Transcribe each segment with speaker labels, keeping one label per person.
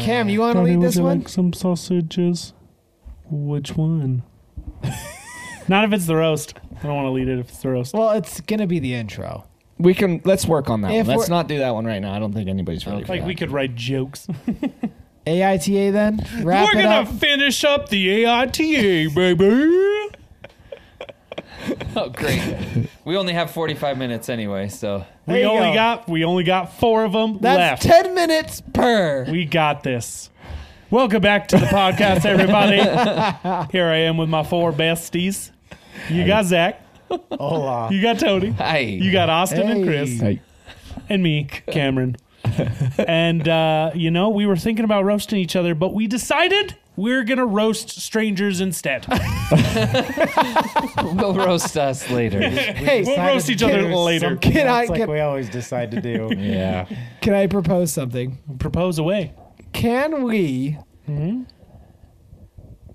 Speaker 1: Sam, you want to
Speaker 2: Daddy,
Speaker 1: lead
Speaker 2: would
Speaker 1: this
Speaker 2: you
Speaker 1: one?
Speaker 2: like some sausages? Which one? Not if it's the roast. I don't want to lead it if it's the roast.
Speaker 1: Well, it's gonna be the intro.
Speaker 3: We can let's work on that.
Speaker 2: Oh,
Speaker 1: If
Speaker 3: One. Let's
Speaker 1: we're-
Speaker 3: not do that one right now. I don't think anybody's ready. for
Speaker 2: Like
Speaker 3: that.
Speaker 2: we could write jokes.
Speaker 1: AITA then. Wrap
Speaker 2: We're
Speaker 1: it
Speaker 2: gonna
Speaker 1: up.
Speaker 2: finish up the AITA, baby.
Speaker 4: Oh, great. we only have 45 minutes anyway, so.
Speaker 1: There
Speaker 2: We
Speaker 1: you
Speaker 2: only
Speaker 1: go.
Speaker 2: got we only got four of them left.
Speaker 1: That's ten minutes per.
Speaker 2: We got this. Welcome back to the podcast, everybody. Here I am with my four besties. You got Zach.
Speaker 1: Hola.
Speaker 2: You got Tony.
Speaker 4: Hi.
Speaker 2: You got Austin and
Speaker 1: Hey.
Speaker 2: Chris.
Speaker 3: Hey,
Speaker 2: and me, Cameron. and uh, you know, we were thinking about roasting each other, but we decided we're gonna roast strangers instead.
Speaker 4: They'll roast us later.
Speaker 1: Hey,
Speaker 2: we'll
Speaker 1: Simon,
Speaker 2: roast each other
Speaker 1: can-
Speaker 2: later.
Speaker 1: Can I
Speaker 5: That's like
Speaker 1: can,
Speaker 5: we always decide to do.
Speaker 3: yeah.
Speaker 1: can I propose something?
Speaker 2: Propose away.
Speaker 1: Can we
Speaker 2: Mm-hmm.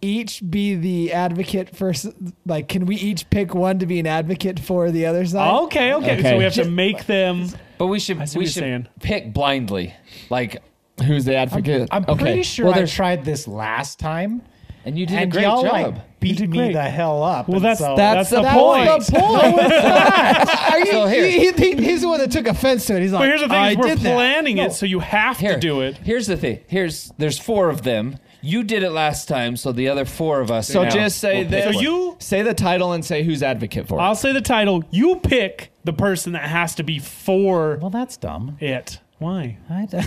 Speaker 1: each be the advocate for s- like? Can we each pick one to be an advocate for the other side?
Speaker 2: Okay, okay, So
Speaker 3: Okay.
Speaker 2: we have to make them.
Speaker 4: But we should
Speaker 2: I see what
Speaker 4: we
Speaker 2: you're
Speaker 4: should
Speaker 2: saying.
Speaker 4: pick blindly, like,
Speaker 3: Who's the advocate?
Speaker 5: I'm
Speaker 3: okay.
Speaker 5: pretty sure
Speaker 4: Well,
Speaker 5: I
Speaker 4: there's-
Speaker 5: tried this last time,
Speaker 4: and you did
Speaker 5: and
Speaker 4: a great
Speaker 5: y'all
Speaker 4: job.
Speaker 5: like beat
Speaker 2: did
Speaker 5: me
Speaker 2: great.
Speaker 5: the hell up.
Speaker 2: Well,
Speaker 5: and
Speaker 2: that's
Speaker 5: so,
Speaker 2: that's, the,
Speaker 1: That's
Speaker 2: point.
Speaker 1: the point. Are you,
Speaker 4: So here-
Speaker 1: he- he think- he's the one that took offense to it. He's like,
Speaker 2: But here's the thing:
Speaker 1: I
Speaker 2: is we're
Speaker 1: did that."
Speaker 2: planning
Speaker 1: No.
Speaker 2: it, so you have
Speaker 4: Here,
Speaker 2: to do it.
Speaker 4: Here's the thing. Here's there's four of them. You did it last time, so the other four of us.
Speaker 3: So
Speaker 4: now
Speaker 3: just say
Speaker 4: will pick
Speaker 3: this.
Speaker 2: So you-
Speaker 3: say the title and say who's advocate for. it.
Speaker 2: I'll say the title. You pick the person that has to be for
Speaker 5: well, that's dumb.
Speaker 2: it. Why?
Speaker 5: I, d-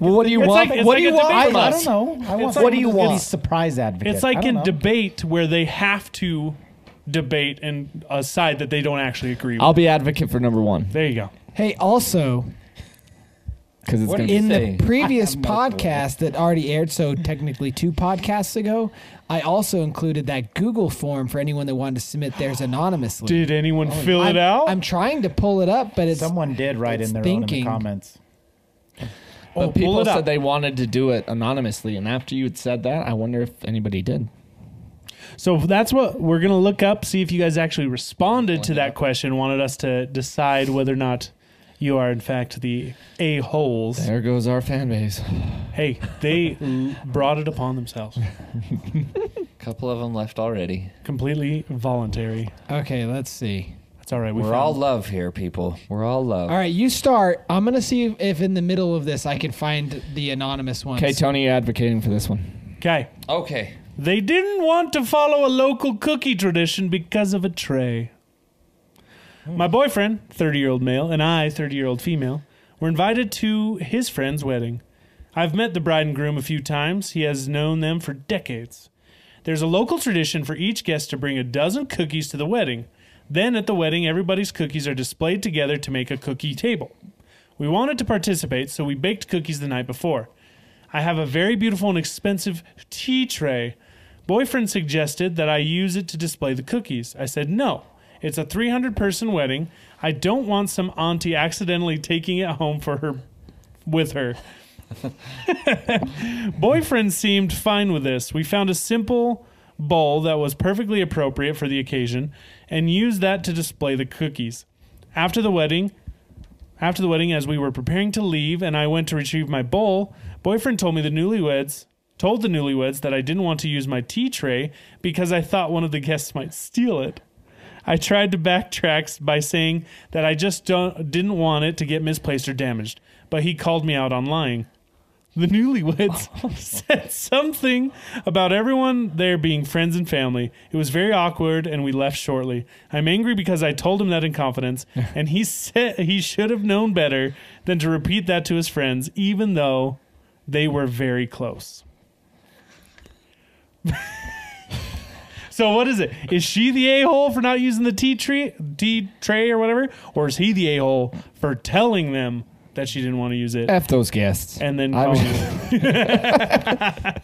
Speaker 3: well, what do you
Speaker 2: It's
Speaker 3: want?
Speaker 2: like- it's
Speaker 3: what
Speaker 2: like
Speaker 3: do
Speaker 2: a
Speaker 3: you want
Speaker 2: debate
Speaker 3: from
Speaker 5: I, I
Speaker 2: about
Speaker 3: us?
Speaker 5: don't know. I want
Speaker 2: like-
Speaker 5: someone
Speaker 2: do you
Speaker 5: who's gonna be
Speaker 2: want?
Speaker 5: Surprise advocate.
Speaker 2: It's
Speaker 5: I
Speaker 2: like
Speaker 5: don't
Speaker 2: in
Speaker 5: know.
Speaker 2: debate where they have to debate and a side that they don't actually agree with.
Speaker 3: I'll be advocate for number one
Speaker 2: there you go.
Speaker 1: Hey, also
Speaker 3: because it's
Speaker 4: What
Speaker 3: gonna
Speaker 4: do you
Speaker 3: be
Speaker 1: in
Speaker 4: Say.
Speaker 1: the previous podcast that already aired, so technically two podcasts ago, I also included that Google form for anyone that wanted to submit theirs anonymously.
Speaker 2: Did anyone fill
Speaker 1: I'm,
Speaker 2: it out?
Speaker 1: I'm trying to pull it up, but it's
Speaker 5: Someone did write
Speaker 1: it's
Speaker 5: in their own
Speaker 1: thinking.
Speaker 5: in the comments.
Speaker 3: But
Speaker 2: Oh, pull
Speaker 3: people
Speaker 2: it up.
Speaker 3: said they wanted to do it anonymously, and after you had said that, I wonder if anybody did.
Speaker 2: So that's what we're gonna look up, see if you guys actually responded to that question, wanted us to decide whether or not you are in fact the a holes.
Speaker 3: There goes our fan base.
Speaker 2: Hey, they l- brought it upon themselves.
Speaker 4: A couple of them left already.
Speaker 2: Completely voluntary.
Speaker 1: okay. Let's see.
Speaker 2: That's all right. We
Speaker 4: We're
Speaker 2: found-
Speaker 4: all love here, people. We're all love.
Speaker 1: All right, you start. I'm gonna see if, if in the middle of this I can find the anonymous one.
Speaker 3: Okay, Tony, you're advocating for this one.
Speaker 2: okay.
Speaker 4: Okay.
Speaker 2: They didn't want to follow a local cookie tradition because of a tray. My boyfriend, 30 year old male, and I, 30 year old female, were invited to his friend's wedding. I've met the bride and groom a few times, he has known them for decades. There's a local tradition for each guest to bring a dozen cookies to the wedding. Then at the wedding, everybody's cookies are displayed together to make a cookie table. We wanted to participate, so we baked cookies the night before. I have a very beautiful and expensive tea tray. Boyfriend suggested that I use it to display the cookies. I said no. It's a 300 person wedding. I don't want some auntie accidentally taking it home for her with her. Boyfriend seemed fine with this. We found a simple bowl that was perfectly appropriate for the occasion and used that to display the cookies. After the wedding, after the wedding, as we were preparing to leave and I went to retrieve my bowl, boyfriend told me the newlyweds told the newlyweds that I didn't want to use my tea tray because I thought one of the guests might steal it. I tried to backtrack by saying that I just don't, didn't want it to get misplaced or damaged, but he called me out on lying. The newlyweds said something about everyone there being friends and family. It was very awkward, and we left shortly. I'm angry because I told him that in confidence, and he said he should have known better than to repeat that to his friends, even though they were very close. so, what is it? Is she the a hole for not using the tea tree, tea tray, or whatever, or is he the a hole for telling them that she didn't want to use it?
Speaker 3: F those guests.
Speaker 2: and then
Speaker 3: Uh, I
Speaker 2: calling
Speaker 3: mean-
Speaker 2: it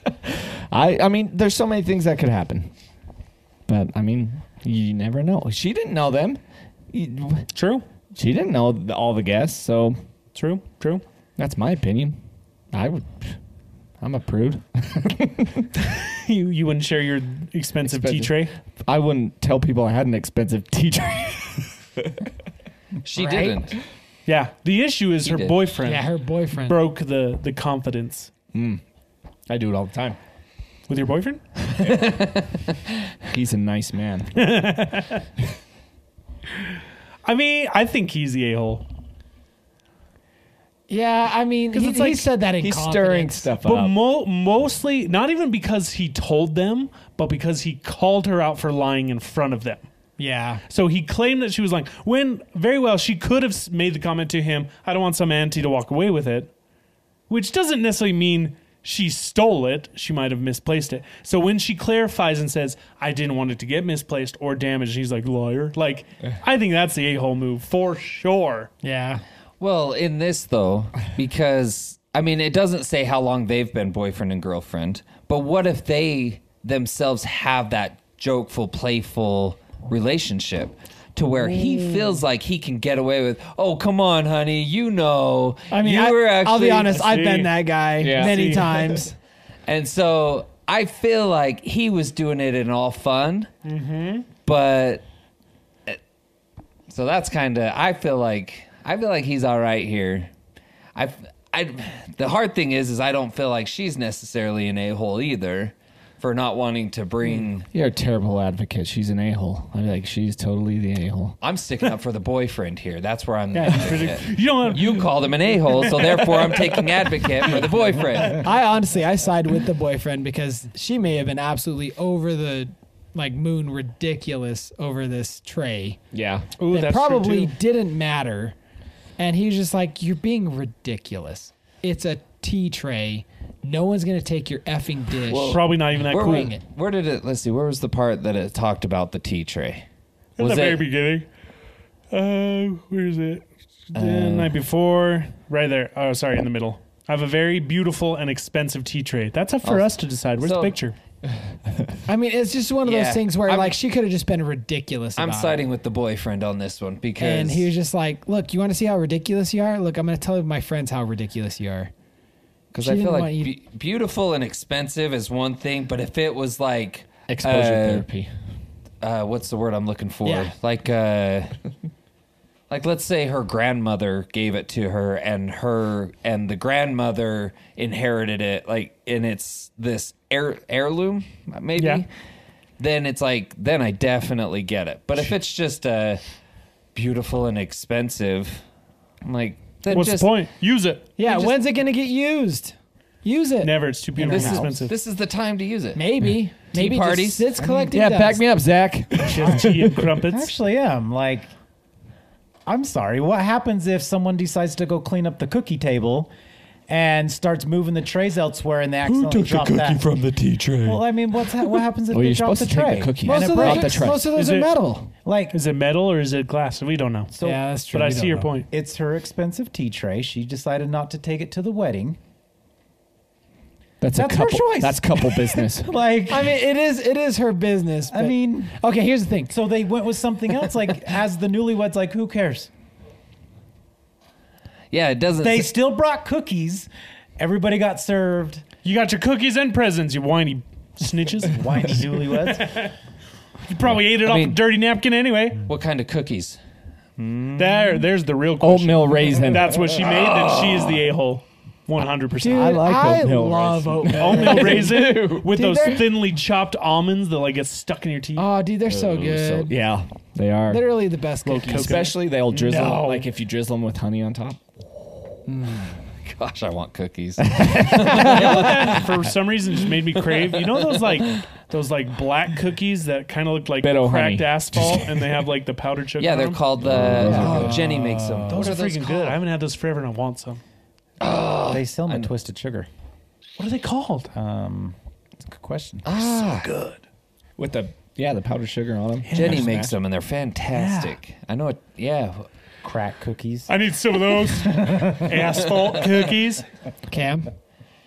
Speaker 3: I, I mean, there's so many things that could happen, but I mean, you never know. She didn't know them. You-
Speaker 2: True.
Speaker 3: She didn't know th- all the guests, so
Speaker 2: True. True.
Speaker 3: that's my opinion. I would. I'm a prude.
Speaker 2: You you wouldn't share your expensive, tea
Speaker 3: Expensive.
Speaker 2: tray.
Speaker 3: I wouldn't tell people I had an expensive teacher.
Speaker 4: She
Speaker 1: Right?
Speaker 4: didn't.
Speaker 2: Yeah. The issue is
Speaker 4: He
Speaker 2: her
Speaker 4: did.
Speaker 2: boyfriend
Speaker 1: yeah, her boyfriend.
Speaker 2: broke the the confidence.
Speaker 3: I do it all the time.
Speaker 2: with your boyfriend?
Speaker 3: He's a nice man.
Speaker 2: I mean, I think he's the a hole.
Speaker 1: Yeah, I mean, he,
Speaker 3: it's like
Speaker 1: he said that in
Speaker 3: He's
Speaker 1: confidence.
Speaker 3: stirring stuff up.
Speaker 2: But mo- mostly, not even because he told them, but because he called her out for lying in front of them.
Speaker 1: Yeah,
Speaker 2: So he claimed that she was lying. When very well, she could have s- made the comment to him, I don't want some auntie to walk away with it, which doesn't necessarily mean she stole it. She might have misplaced it. So when she clarifies and says, I didn't want it to get misplaced or damaged, he's like, lawyer. Like, I think that's the a hole move for sure.
Speaker 1: yeah.
Speaker 4: Well, in this though, because I mean, it doesn't say how long they've been boyfriend and girlfriend, but what if they themselves have that jokeful, playful relationship to where he feels like he can get away with, "Oh, come on, honey, you know,
Speaker 1: I mean,
Speaker 4: you
Speaker 1: I,
Speaker 4: were actually."
Speaker 1: will be honest.
Speaker 2: I
Speaker 1: I've
Speaker 2: see.
Speaker 1: been that guy
Speaker 3: Yeah.
Speaker 1: many
Speaker 2: See.
Speaker 1: times.
Speaker 4: And so I feel like he was doing it in all fun, mm-hmm. but so that's kind of I feel like I feel like he's all right here. I I the hard thing is is I don't feel like she's necessarily an a hole either for not wanting to bring.
Speaker 3: You're a terrible advocate. She's an a hole. I'm like, she's totally the a hole.
Speaker 4: I'm sticking up for the boyfriend here. That's where I'm.
Speaker 2: You don't have,
Speaker 4: You called him an a hole, so therefore I'm taking advocate for the boyfriend.
Speaker 1: I honestly, I side with the boyfriend because she may have been absolutely over the like moon ridiculous over this tray.
Speaker 3: Yeah.
Speaker 2: Ooh,
Speaker 1: that
Speaker 2: that's true,
Speaker 1: probably
Speaker 2: too.
Speaker 1: didn't matter. And he's just like, You're being ridiculous. It's a tea tray. No one's gonna take your effing dish.
Speaker 2: probably not even that
Speaker 4: Where,
Speaker 2: cool.
Speaker 1: Bring it.
Speaker 4: where did it? Let's see. Where was the part that it talked about the tea tray?
Speaker 2: In
Speaker 4: Was
Speaker 2: the very
Speaker 4: it-
Speaker 2: beginning. Uh, where is it? The
Speaker 4: Uh,
Speaker 2: night before, right there. Oh, sorry, in the middle. I have a very beautiful and expensive tea tray. That's up for
Speaker 4: Oh,
Speaker 2: us to decide. Where's
Speaker 4: so-
Speaker 2: the picture?
Speaker 1: I mean, it's just one of
Speaker 4: Yeah.
Speaker 1: those things where
Speaker 4: I'm-
Speaker 1: like she could have just been ridiculous.
Speaker 4: I'm
Speaker 1: about it.
Speaker 4: siding with the boyfriend on this one because
Speaker 1: And he was just like, Look, you wanna see how ridiculous you are? Look, I'm gonna tell my friends how ridiculous you are.
Speaker 4: because
Speaker 1: she
Speaker 4: I
Speaker 1: didn't
Speaker 4: feel like
Speaker 1: want you-
Speaker 4: be- beautiful and expensive is one thing, but if it was like
Speaker 3: Exposure
Speaker 4: uh,
Speaker 3: therapy.
Speaker 4: uh, what's the word I'm looking for?
Speaker 1: Yeah.
Speaker 4: Like, uh, like let's say her grandmother gave it to her, and her and the grandmother inherited it. Like, and it's this heir, heirloom, maybe.
Speaker 2: Yeah.
Speaker 4: Then it's like, then I definitely get it. But if it's just uh, beautiful and expensive, I'm like, then
Speaker 2: What's
Speaker 4: just
Speaker 2: the point? Use it.
Speaker 1: Yeah,
Speaker 4: just-
Speaker 1: when's it gonna get used? Use it.
Speaker 2: Never. It's too beautiful.
Speaker 4: This
Speaker 2: It's
Speaker 4: is,
Speaker 2: expensive.
Speaker 4: this is the time to use it.
Speaker 1: Maybe. Maybe just
Speaker 4: parties?
Speaker 1: sits collecting.
Speaker 3: Yeah,
Speaker 1: dust.
Speaker 3: back me up, Zach.
Speaker 2: Just tea and crumpets.
Speaker 5: Actually, yeah. I'm like, I'm sorry. What happens if someone decides to go clean up the cookie table and starts moving the trays elsewhere and they accidentally drop that?
Speaker 3: from the tea tray?
Speaker 5: well, I mean, what's ha- what happens if
Speaker 3: Well,
Speaker 5: they
Speaker 3: you're
Speaker 5: drop
Speaker 3: supposed
Speaker 5: the
Speaker 3: to take
Speaker 5: tray?
Speaker 3: the cookie.
Speaker 5: And
Speaker 1: Most
Speaker 5: it
Speaker 1: of
Speaker 3: brought
Speaker 5: breaks?
Speaker 1: those,
Speaker 3: the tray.
Speaker 1: are, most of those
Speaker 2: Is
Speaker 1: are
Speaker 2: it-
Speaker 1: metal.
Speaker 5: like,
Speaker 2: is it metal or is it glass? We don't know.
Speaker 5: so
Speaker 1: yeah, that's true.
Speaker 2: but I
Speaker 1: We
Speaker 2: see
Speaker 1: don't
Speaker 2: your
Speaker 1: know.
Speaker 2: point.
Speaker 5: it's her expensive tea tray. She decided not to take it to the wedding.
Speaker 3: That's,
Speaker 5: That's
Speaker 3: a
Speaker 5: her
Speaker 3: couple.
Speaker 5: choice.
Speaker 3: That's couple business.
Speaker 5: Like,
Speaker 1: I mean, it is it is her business.
Speaker 5: I
Speaker 1: but-
Speaker 5: mean,
Speaker 1: okay. Here's the thing.
Speaker 5: so they went with something else. Like, as the newlyweds, like, who cares?
Speaker 4: Yeah, it doesn't.
Speaker 5: They
Speaker 4: s-
Speaker 5: still brought cookies. Everybody got served.
Speaker 2: You got your cookies and presents, you whiny snitches.
Speaker 5: Whiny newlyweds.
Speaker 2: you probably ate it
Speaker 4: I
Speaker 2: off
Speaker 4: mean-
Speaker 2: a dirty napkin anyway.
Speaker 4: what kind of cookies?
Speaker 2: There, there's the real question.
Speaker 3: Oatmeal raisin.
Speaker 2: That's what she made. Then she is the
Speaker 4: Ah.
Speaker 2: a hole. 100%.
Speaker 1: Dude,
Speaker 3: I like
Speaker 1: I
Speaker 3: oatmeal
Speaker 1: love oatmeal.
Speaker 2: oatmeal raisin with
Speaker 1: Dude,
Speaker 2: those
Speaker 1: they're-
Speaker 2: thinly chopped almonds that like get stuck in your teeth.
Speaker 1: Oh, dude, they're so
Speaker 3: So,
Speaker 1: good.
Speaker 3: yeah, they are.
Speaker 1: Literally the best cookies.
Speaker 3: Especially they'll drizzle
Speaker 2: No.
Speaker 3: like if you drizzle them with honey on top.
Speaker 4: Gosh, I want cookies.
Speaker 2: For some reason, it just made me crave. You know those like those like black cookies that kind of look like
Speaker 3: Bitto
Speaker 2: cracked
Speaker 3: honey.
Speaker 2: asphalt, and they have like the powdered sugar.
Speaker 4: yeah,
Speaker 2: on
Speaker 4: they're
Speaker 2: them?
Speaker 4: called the
Speaker 2: Oh,
Speaker 4: oh, Jenny makes them.
Speaker 2: Those
Speaker 4: What
Speaker 2: are freaking good. I haven't had those forever, and I want some.
Speaker 5: they sell them at Twisted Sugar.
Speaker 2: What are they called?
Speaker 5: Um, it's a good question.
Speaker 3: With the yeah, the powdered sugar on them.
Speaker 4: Ah, Jenny makes them, and they're fantastic. I know it. Yeah,
Speaker 5: Crack cookies.
Speaker 2: I need some of those asphalt cookies.
Speaker 1: Cam,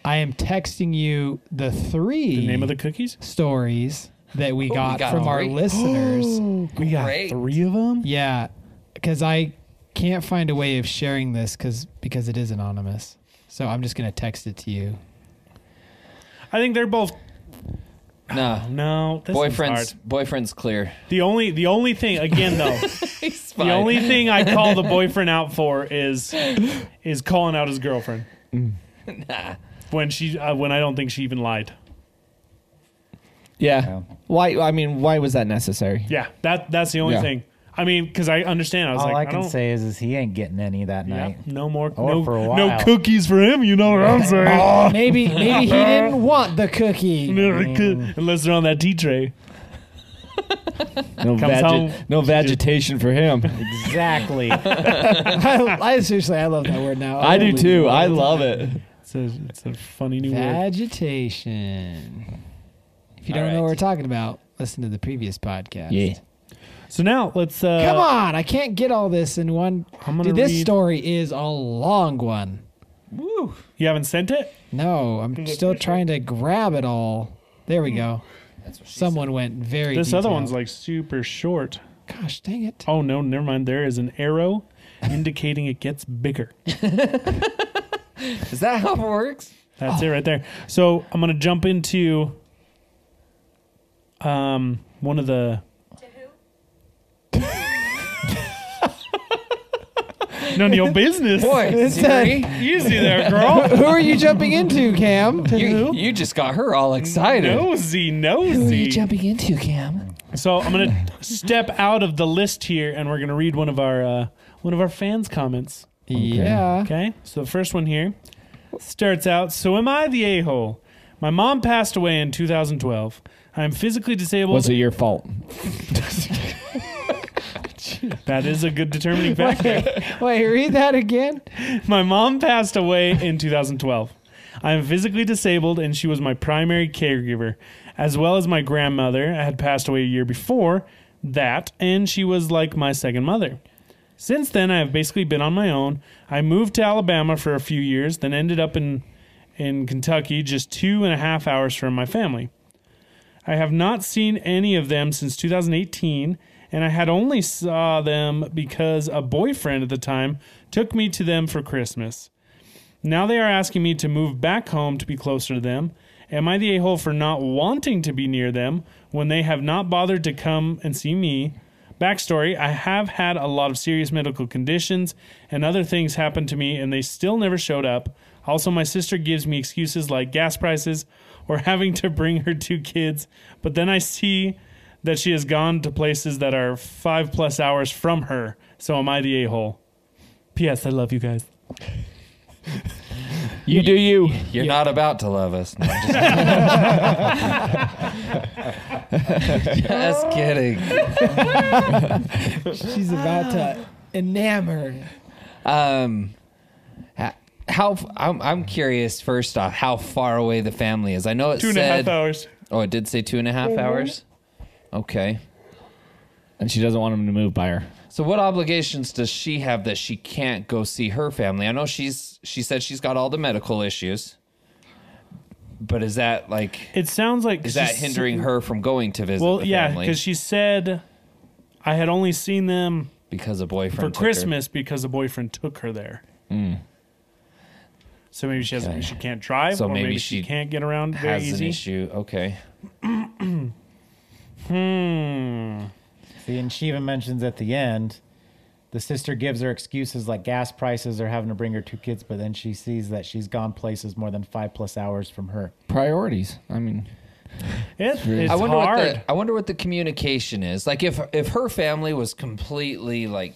Speaker 1: I am texting you the three
Speaker 2: The name of the cookies?
Speaker 1: stories that we got,
Speaker 4: got
Speaker 1: from our
Speaker 4: three.
Speaker 1: listeners.
Speaker 2: We got
Speaker 4: Great.
Speaker 2: three of them.
Speaker 1: yeah, because I can't find a way of sharing this because because it is anonymous. So I'm just gonna text it to you.
Speaker 2: I think they're both.
Speaker 4: no.
Speaker 2: No, this one's
Speaker 4: Boyfriend's
Speaker 2: hard.
Speaker 4: boyfriend's clear.
Speaker 2: The only the only thing again though.
Speaker 4: He's
Speaker 2: The
Speaker 4: fine.
Speaker 2: only thing I call the boyfriend out for is is calling out his girlfriend. when she uh, when I don't think she even lied.
Speaker 3: Yeah.
Speaker 5: Yeah.
Speaker 3: Why? I mean, why was that necessary?
Speaker 2: Yeah, that that's the only
Speaker 3: Yeah.
Speaker 2: thing. I mean, because I understand. I was
Speaker 5: All
Speaker 2: like,
Speaker 5: I
Speaker 2: don't,
Speaker 5: can say is, is he ain't getting any that
Speaker 2: yeah,
Speaker 5: night.
Speaker 2: no more,
Speaker 5: Or
Speaker 2: no,
Speaker 5: for a
Speaker 2: no
Speaker 5: while. Oh,
Speaker 2: cookies for him. You know what I'm saying?
Speaker 1: Maybe maybe he didn't want the cookie.
Speaker 2: Unless they're on that tea tray.
Speaker 3: No,
Speaker 2: Comes
Speaker 3: vege-
Speaker 2: home-
Speaker 3: no vegetation for him.
Speaker 5: Exactly.
Speaker 1: I, I seriously, I love that word now.
Speaker 3: I do
Speaker 1: Holy
Speaker 3: too.
Speaker 1: moly.
Speaker 3: I love it.
Speaker 2: It's a, it's a funny new word.
Speaker 1: Vegetation. If you don't
Speaker 3: All
Speaker 1: know what
Speaker 3: right.
Speaker 1: we're talking about, listen to the previous podcast.
Speaker 2: So now let's uh,
Speaker 1: Come on, I can't get all this in one.
Speaker 2: I'm gonna
Speaker 1: Dude, this
Speaker 2: read-
Speaker 1: story is a long one.
Speaker 2: You haven't sent it.
Speaker 1: No, I'm still trying to grab it all. There we go. Someone went very.
Speaker 2: This other
Speaker 1: detailed.
Speaker 2: one's like super short.
Speaker 1: gosh, dang it!
Speaker 2: Oh no, never mind. There is an arrow indicating it gets bigger.
Speaker 4: Is that how it works?
Speaker 2: That's it right there. So I'm gonna jump into um one of the none of your business.
Speaker 4: Boy, Siri,
Speaker 2: Easy there, girl.
Speaker 1: Who are you jumping into, Cam?
Speaker 4: you, you just got her all excited.
Speaker 2: Nosy, nosy.
Speaker 1: jumping into, Cam?
Speaker 2: So I'm gonna step out of the list here, and we're gonna read one of our uh, one of our fans' comments.
Speaker 1: Yeah.
Speaker 2: Okay, so the first one here starts out So, am I the a hole? My mom passed away in 2012. I'm physically disabled.
Speaker 3: Was it your fault?
Speaker 2: That is a good determining factor.
Speaker 1: Wait, read that again.
Speaker 2: my mom passed away in 2012. I am physically disabled, and she was my primary caregiver, as well as my grandmother had passed away a year before that, and she was like my second mother. Since then, I have basically been on my own. I moved to Alabama for a few years, then ended up in, in Kentucky, just two and a half hours from my family. I have not seen any of them since 2018, and I had only saw them because a boyfriend at the time took me to them for Christmas. Now they are asking me to move back home to be closer to them. Am I the a hole for not wanting to be near them when they have not bothered to come and see me? Backstory I have had a lot of serious medical conditions and other things happen to me, and they still never showed up. Also, my sister gives me excuses like gas prices or having to bring her two kids, but then I see that she has gone to places that are five plus hours from her. So, am I the a hole? P.S. I love you guys.
Speaker 3: You do you.
Speaker 4: You're not about to love us. No, I'm just, just kidding.
Speaker 1: She's about to enamor.
Speaker 4: Um, h- how f- I'm, I'm curious. First off, how far away the family is? I know it
Speaker 2: Two and a half
Speaker 4: said.
Speaker 2: hours.
Speaker 4: Oh, it did say two and a half hours. Okay.
Speaker 3: And she doesn't want him to move by her.
Speaker 4: So what obligations does she have that she can't go see her family? I know she's she said she's got all the medical issues. But is that like
Speaker 2: It sounds like
Speaker 4: is that
Speaker 2: she's-
Speaker 4: hindering her from going to visit
Speaker 2: Well,
Speaker 4: the
Speaker 2: yeah,
Speaker 4: family
Speaker 2: because she said I had only seen them
Speaker 4: because a boyfriend
Speaker 2: for
Speaker 4: took her?
Speaker 2: Christmas because the boyfriend took her there. So maybe she has
Speaker 4: Hmm. Okay.
Speaker 2: she can't drive,
Speaker 4: So
Speaker 2: or maybe,
Speaker 4: maybe
Speaker 2: she,
Speaker 4: she
Speaker 2: can't get around very
Speaker 4: has an
Speaker 2: easy.
Speaker 4: issue. Okay.
Speaker 2: Hmm.
Speaker 5: See, and she even mentions at the end, the sister gives her excuses like gas prices or having to bring her two kids, but then she sees that she's gone places more than five plus hours from her.
Speaker 3: Priorities. I mean,
Speaker 2: It, it's
Speaker 4: I wonder
Speaker 2: hard.
Speaker 4: what the I wonder what the communication is. Like if if her family was completely like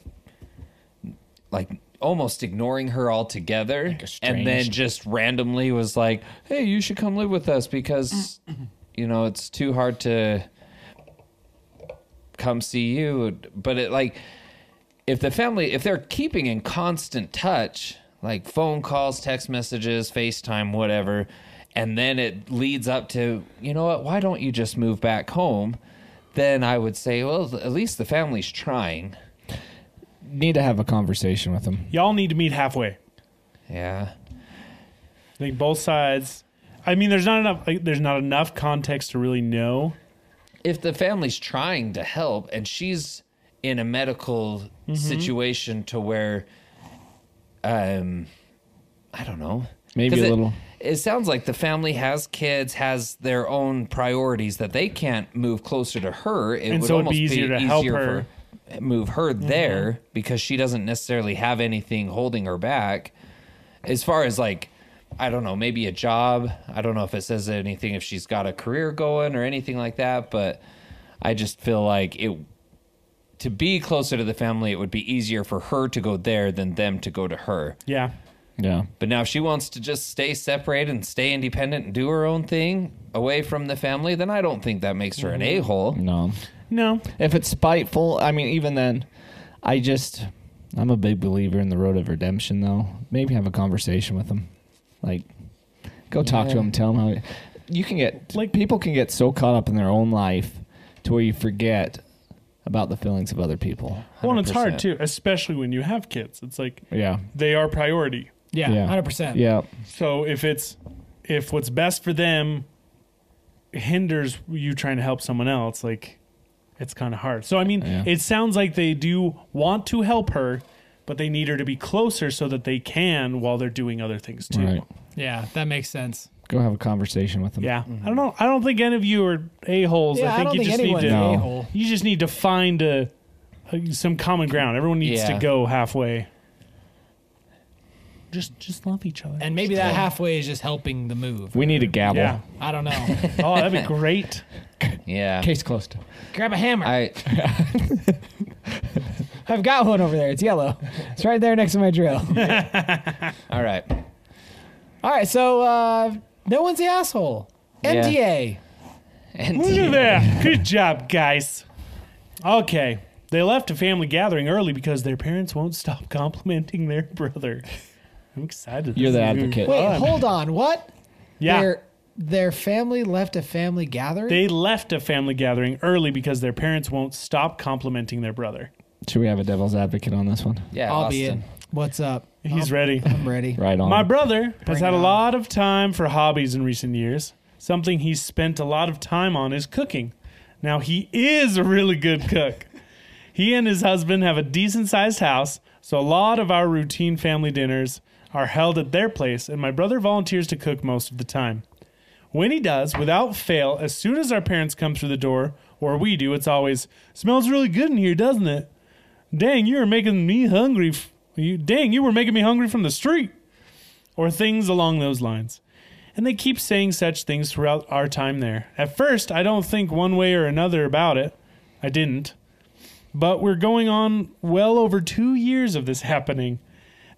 Speaker 4: like almost ignoring her altogether and then
Speaker 3: estranged.
Speaker 4: just randomly was like, "Hey, you should come live with us because you know, it's too hard to come see you." But it like if the family if they're keeping in constant touch like phone calls text messages facetime whatever and then it leads up to you know what why don't you just move back home then i would say well at least the family's trying
Speaker 3: need to have a conversation with him.
Speaker 2: Y'all need to meet halfway.
Speaker 4: yeah
Speaker 2: I think both sides. I mean, there's not enough. Like, there's not enough context to really know.
Speaker 4: if the family's trying to help and she's in a medical
Speaker 3: Mm-hmm.
Speaker 4: situation to where um i don't know
Speaker 3: Maybe
Speaker 4: 'Cause
Speaker 3: a
Speaker 4: it-
Speaker 3: little.
Speaker 4: it sounds like the family has kids has their own priorities that they can't move closer to her it
Speaker 2: And
Speaker 4: would
Speaker 2: so it'd
Speaker 4: almost
Speaker 2: be easier to help her.
Speaker 4: for, move her there because she doesn't necessarily have anything holding her back as far as like I don't know, maybe a job. I don't know if it says anything if she's got a career going or anything like that, but I just feel like it to be closer to the family, it would be easier for her to go there than them to go to her.
Speaker 2: Yeah.
Speaker 3: Yeah.
Speaker 4: But now if she wants to just stay separated and stay independent and do her own thing away from the family, then I don't think that makes her an a-hole.
Speaker 3: No.
Speaker 2: No.
Speaker 3: If it's spiteful, I mean, even then, I just, I'm a big believer in the road of redemption, though. Maybe have a conversation with them. Like, go talk to
Speaker 4: Yeah.
Speaker 3: them, tell them how you can get,
Speaker 2: Like-
Speaker 3: like, people can get so caught up in their own life to where you forget about the feelings of other people.
Speaker 2: Well, and it's hard
Speaker 4: 100%.
Speaker 2: too, especially when you have kids. It's like
Speaker 3: Yeah.
Speaker 2: they are priority.
Speaker 1: Yeah,
Speaker 3: Yeah.
Speaker 1: hundred percent.
Speaker 3: Yeah.
Speaker 2: So if it's if what's best for them hinders you trying to help someone else, like it's kind of hard. So I mean,
Speaker 3: Yeah.
Speaker 2: it sounds like they do want to help her, but they need her to be closer so that they can while they're doing other things too.
Speaker 3: Right.
Speaker 1: yeah, that makes sense.
Speaker 3: Go have a conversation with them.
Speaker 2: Yeah. I don't know. I don't think any of you are a holes.
Speaker 1: Mm-hmm. Yeah,
Speaker 2: I
Speaker 1: I,
Speaker 2: think
Speaker 1: don't
Speaker 2: you
Speaker 1: think
Speaker 2: just need
Speaker 1: anyone's
Speaker 2: to
Speaker 1: an
Speaker 3: No.
Speaker 1: a-hole.
Speaker 2: you just need to find a, a- some common ground. Everyone needs to
Speaker 4: Yeah.
Speaker 2: go halfway. Just just love each other.
Speaker 1: And maybe that halfway is just helping the move.
Speaker 3: We need a gavel.
Speaker 2: yeah.
Speaker 1: I don't know.
Speaker 2: Oh, that'd be great.
Speaker 4: Yeah.
Speaker 3: Case closed.
Speaker 1: Grab a hammer. I,
Speaker 4: I
Speaker 1: have got one over there. It's yellow. It's right there next to my drill.
Speaker 4: all right.
Speaker 1: All right, so uh, no one's the asshole.
Speaker 4: Yeah.
Speaker 1: MTA.
Speaker 4: And
Speaker 2: Look at that. Good job, guys. Okay. They left a family gathering early because their parents won't stop complimenting their brother. I'm excited.
Speaker 3: You're the
Speaker 2: This is-
Speaker 3: advocate.
Speaker 1: Wait, hold on. What?
Speaker 2: Yeah.
Speaker 1: Their, their family left a family gathering.
Speaker 2: They left a family gathering early because their parents won't stop complimenting their brother.
Speaker 3: Should we have a devil's advocate on this one?
Speaker 4: Yeah,
Speaker 1: I'll be
Speaker 4: Austin.
Speaker 1: in. What's up? Oh,
Speaker 2: He's ready.
Speaker 1: I'm ready.
Speaker 3: Right on.
Speaker 2: My brother has
Speaker 1: Bring
Speaker 2: had
Speaker 1: it
Speaker 2: a
Speaker 1: on.
Speaker 2: lot of time for hobbies in recent years. Something he's spent a lot of time on is cooking. Now, he is a really good cook. he and his husband have a decent sized house, so a lot of our routine family dinners are held at their place, and my brother volunteers to cook most of the time. When he does, without fail, as soon as our parents come through the door, or we do, it's always, smells really good in here, doesn't it? Dang, you were making me hungry. f- You, dang, you were making me hungry from the street or things along those lines. And they keep saying such things throughout our time there. At first, I don't think one way or another about it. I didn't. But we're going on well over two years of this happening.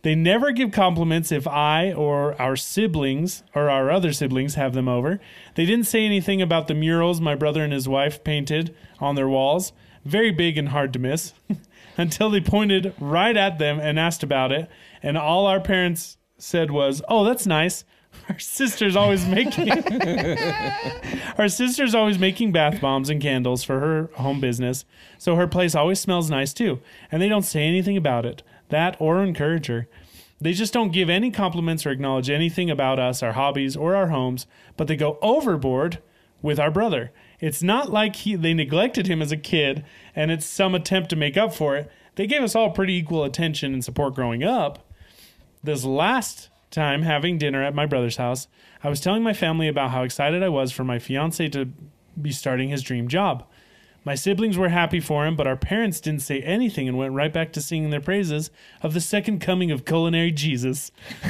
Speaker 2: They never give compliments if I or our siblings or our other siblings have them over. They didn't say anything about the murals my brother and his wife painted on their walls, very big and hard to miss, until they pointed right at them and asked about it. And all our parents said was, Oh, that's nice. Our sister's always making our sister's always making bath bombs and candles for her home business, so her place always smells nice too. And they don't say anything about it, that or encourage her. They just don't give any compliments or acknowledge anything about us, our hobbies, or our homes, but they go overboard with our brother. It's not like he, they neglected him as a kid and it's some attempt to make up for it. They gave us all pretty equal attention and support growing up this last time having dinner at my brother's house, I was telling my family about how excited I was for my fiance to be starting his dream job. My siblings were happy for him, but our parents didn't say anything and went right back to singing their praises of the second coming of culinary Jesus.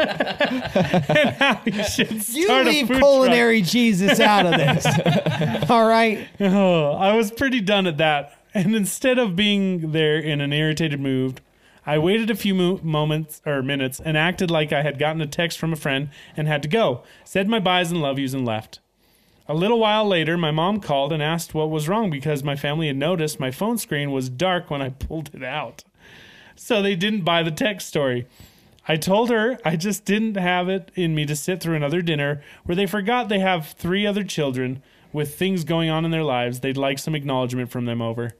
Speaker 2: and how he should
Speaker 1: You
Speaker 2: start a
Speaker 1: leave
Speaker 2: food truck.
Speaker 1: culinary Jesus out of this. All right.
Speaker 2: Oh, I was pretty done at that. And instead of being there in an irritated mood, I waited a few mo- moments or minutes and acted like I had gotten a text from a friend and had to go. Said my byes and love yous and left. A little while later, my mom called and asked what was wrong because my family had noticed my phone screen was dark when I pulled it out. So they didn't buy the text story. I told her I just didn't have it in me to sit through another dinner where they forgot they have three other children with things going on in their lives. They'd like some acknowledgement from them over.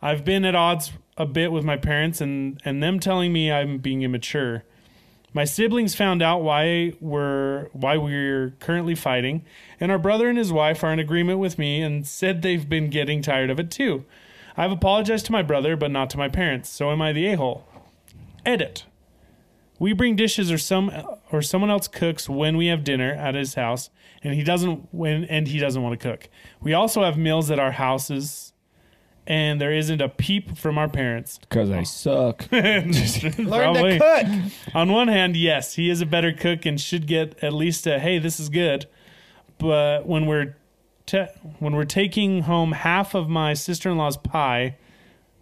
Speaker 2: I've been at odds a bit with my parents and, and them telling me I'm being immature. My siblings found out why we're why we're currently fighting, and our brother and his wife are in agreement with me and said they've been getting tired of it too. I've apologized to my brother, but not to my parents. So am I the a-hole? Edit. We bring dishes or some or someone else cooks when we have dinner at his house and he doesn't when and he doesn't want to cook. We also have meals at our houses and there isn't a peep from our parents.
Speaker 3: because I suck.
Speaker 5: Learn
Speaker 2: Probably.
Speaker 5: to cook.
Speaker 2: On one hand, yes, he is a better cook and should get at least a hey, this is good. But when we're ta when we're taking home half of my sister-in-law's pie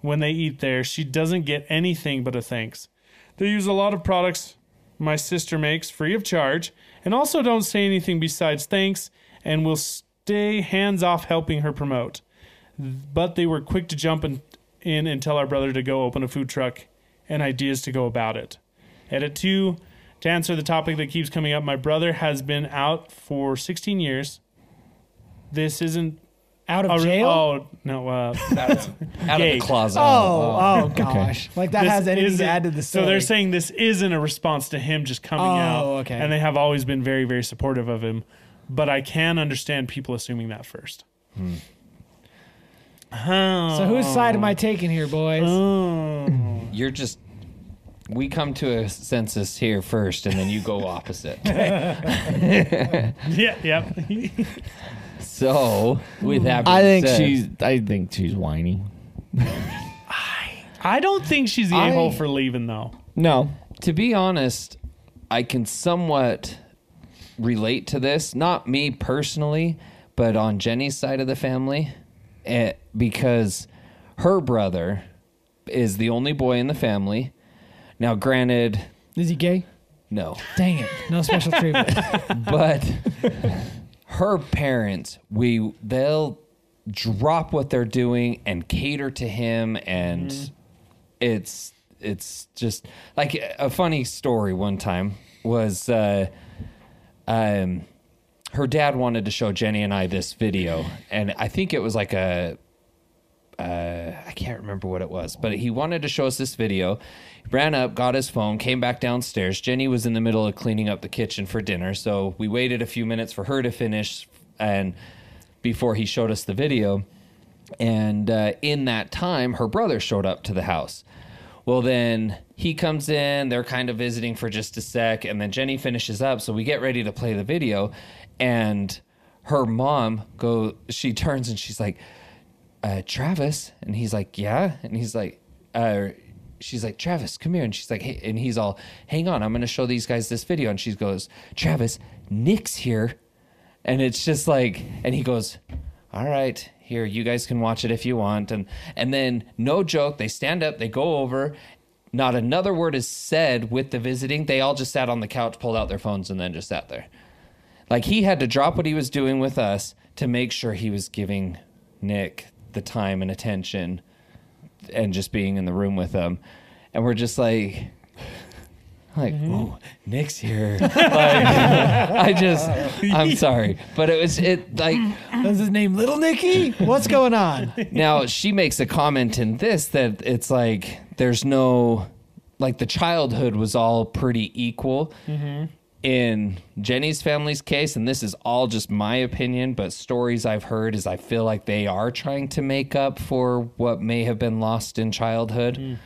Speaker 2: when they eat there, she doesn't get anything but a thanks. They use a lot of products my sister makes free of charge and also don't say anything besides thanks and will stay hands off helping her promote. But they were quick to jump in, in and tell our brother to go open a food truck and ideas to go about it. Edit two. To answer the topic that keeps coming up, my brother has been out for 16 years. This isn't.
Speaker 1: Out of
Speaker 2: a re-
Speaker 1: jail? Oh,
Speaker 2: oh, no. Uh,
Speaker 4: Out
Speaker 2: Gay.
Speaker 4: of the closet.
Speaker 1: oh, gosh. Like that
Speaker 2: this
Speaker 1: has anything
Speaker 2: isn't-
Speaker 1: to add to the story.
Speaker 2: So they're saying this isn't a response to him just coming
Speaker 1: Oh,
Speaker 2: out.
Speaker 1: okay.
Speaker 2: And they have always been very, very supportive of him. But I can understand people assuming that first. Oh.
Speaker 1: So whose side am I taking here, boys?
Speaker 2: Oh.
Speaker 4: You're just. We come to a census here first, and then you go opposite.
Speaker 2: yeah, yeah.
Speaker 4: so, with that, being
Speaker 3: I think
Speaker 4: said,
Speaker 3: she's. I think she's whiny.
Speaker 2: I don't think she's the
Speaker 4: I-
Speaker 2: a hole for leaving, though.
Speaker 3: No,
Speaker 4: to be honest, I can somewhat relate to this. Not me personally, but on Jenny's side of the family, eh, because her brother is the only boy in the family. Now, granted,
Speaker 1: Is he gay?
Speaker 4: no,
Speaker 1: Dang it. No special treatment.
Speaker 4: but her parents, we they'll drop what they're doing and cater to him, and it's it's just like a funny story. One time was. Uh, um, her dad wanted to show Jenny and I this video, and I think it was like a, uh, I can't remember what it was, but he wanted to show us this video. Ran up, got his phone, came back downstairs. Jenny was in the middle of cleaning up the kitchen for dinner, so we waited a few minutes for her to finish, and before he showed us the video, and uh, in that time, her brother showed up to the house. Well, then he comes in, they're kind of visiting for just a sec, and then Jenny finishes up. So we get ready to play the video, and her mom go. She turns and she's like, uh, "Travis," and he's like, "Yeah," and he's like, uh, "She's like, Travis, come here," and she's like, hey, and he's all, "Hang on, I'm gonna show these guys this video," and she goes, "Travis, Nick's here," and it's just like, and he goes, all right here you guys can watch it if you want and and then no joke they stand up they go over not another word is said with the visiting they all just sat on the couch pulled out their phones and then just sat there like he had to drop what he was doing with us to make sure he was giving nick the time and attention and just being in the room with him and we're just like like ooh nick's here like, i just i'm sorry but it was it like
Speaker 1: Is his name Little Nicky? What's going on?
Speaker 4: now she makes a comment in this that it's like there's no like the childhood was all pretty equal in jenny's family's case and this is all just my opinion but stories i've heard is i feel like they are trying to make up for what may have been lost in childhood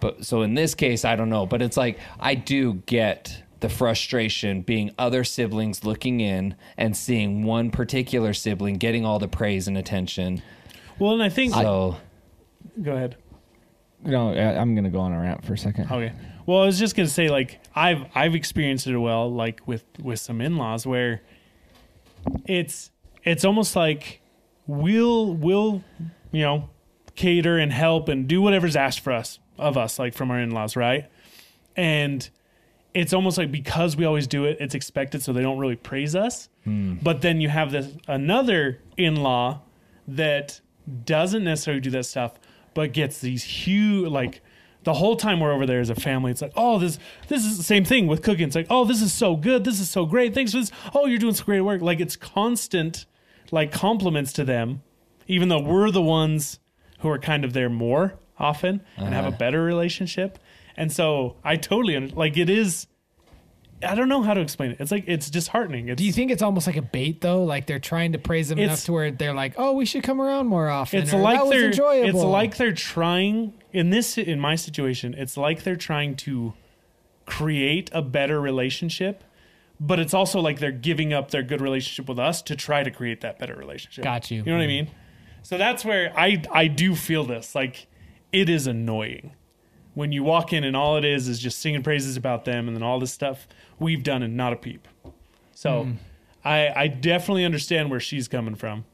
Speaker 4: but so in this case i don't know but it's like i do get the frustration being other siblings looking in and seeing one particular sibling getting all the praise and attention
Speaker 2: Well, and I think.
Speaker 4: so
Speaker 2: go ahead.
Speaker 3: no. I, I'm gonna go on a rant for a second.
Speaker 2: Okay. Well, I was just gonna say like I've I've experienced it well like with with some in laws where it's it's almost like we'll we'll you know cater and help and do whatever's asked for us of us like from our in laws right and it's almost like because we always do it it's expected so they don't really praise us
Speaker 1: Mm.
Speaker 2: but then you have this another in-law that doesn't necessarily do that stuff, but gets these huge like the whole time we're over there as a family, it's like, oh, this this is the same thing with cooking. It's like, oh, this is so good, this is so great, thanks for this. Oh, you're doing some great work. Like it's constant, like compliments to them, even though we're the ones who are kind of there more often and
Speaker 1: Uh-huh.
Speaker 2: have a better relationship. And so I totally un- like it is. I don't know how to explain it. It's like it's disheartening. It's,
Speaker 1: Do you think it's almost like a bait though? Like they're trying to praise him enough
Speaker 2: It's-
Speaker 1: to where they're like, "Oh, we should come around more often."
Speaker 2: it's
Speaker 1: or,
Speaker 2: like
Speaker 1: that was
Speaker 2: they're
Speaker 1: enjoyable.
Speaker 2: it's like they're trying in this in my situation it's like they're trying to create a better relationship but it's also like they're giving up their good relationship with us to try to create that better relationship
Speaker 1: Got you.
Speaker 2: you know what i mean So that's where I I do feel this. Like it is annoying when you walk in and all it is is just singing praises about them and then all this stuff we've done and not a peep. So
Speaker 1: Mm.
Speaker 2: I I definitely understand where she's coming from.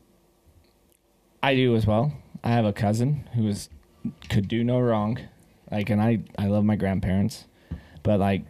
Speaker 3: I do as well. I have a cousin who is could do no wrong. Like and I I love my grandparents, but like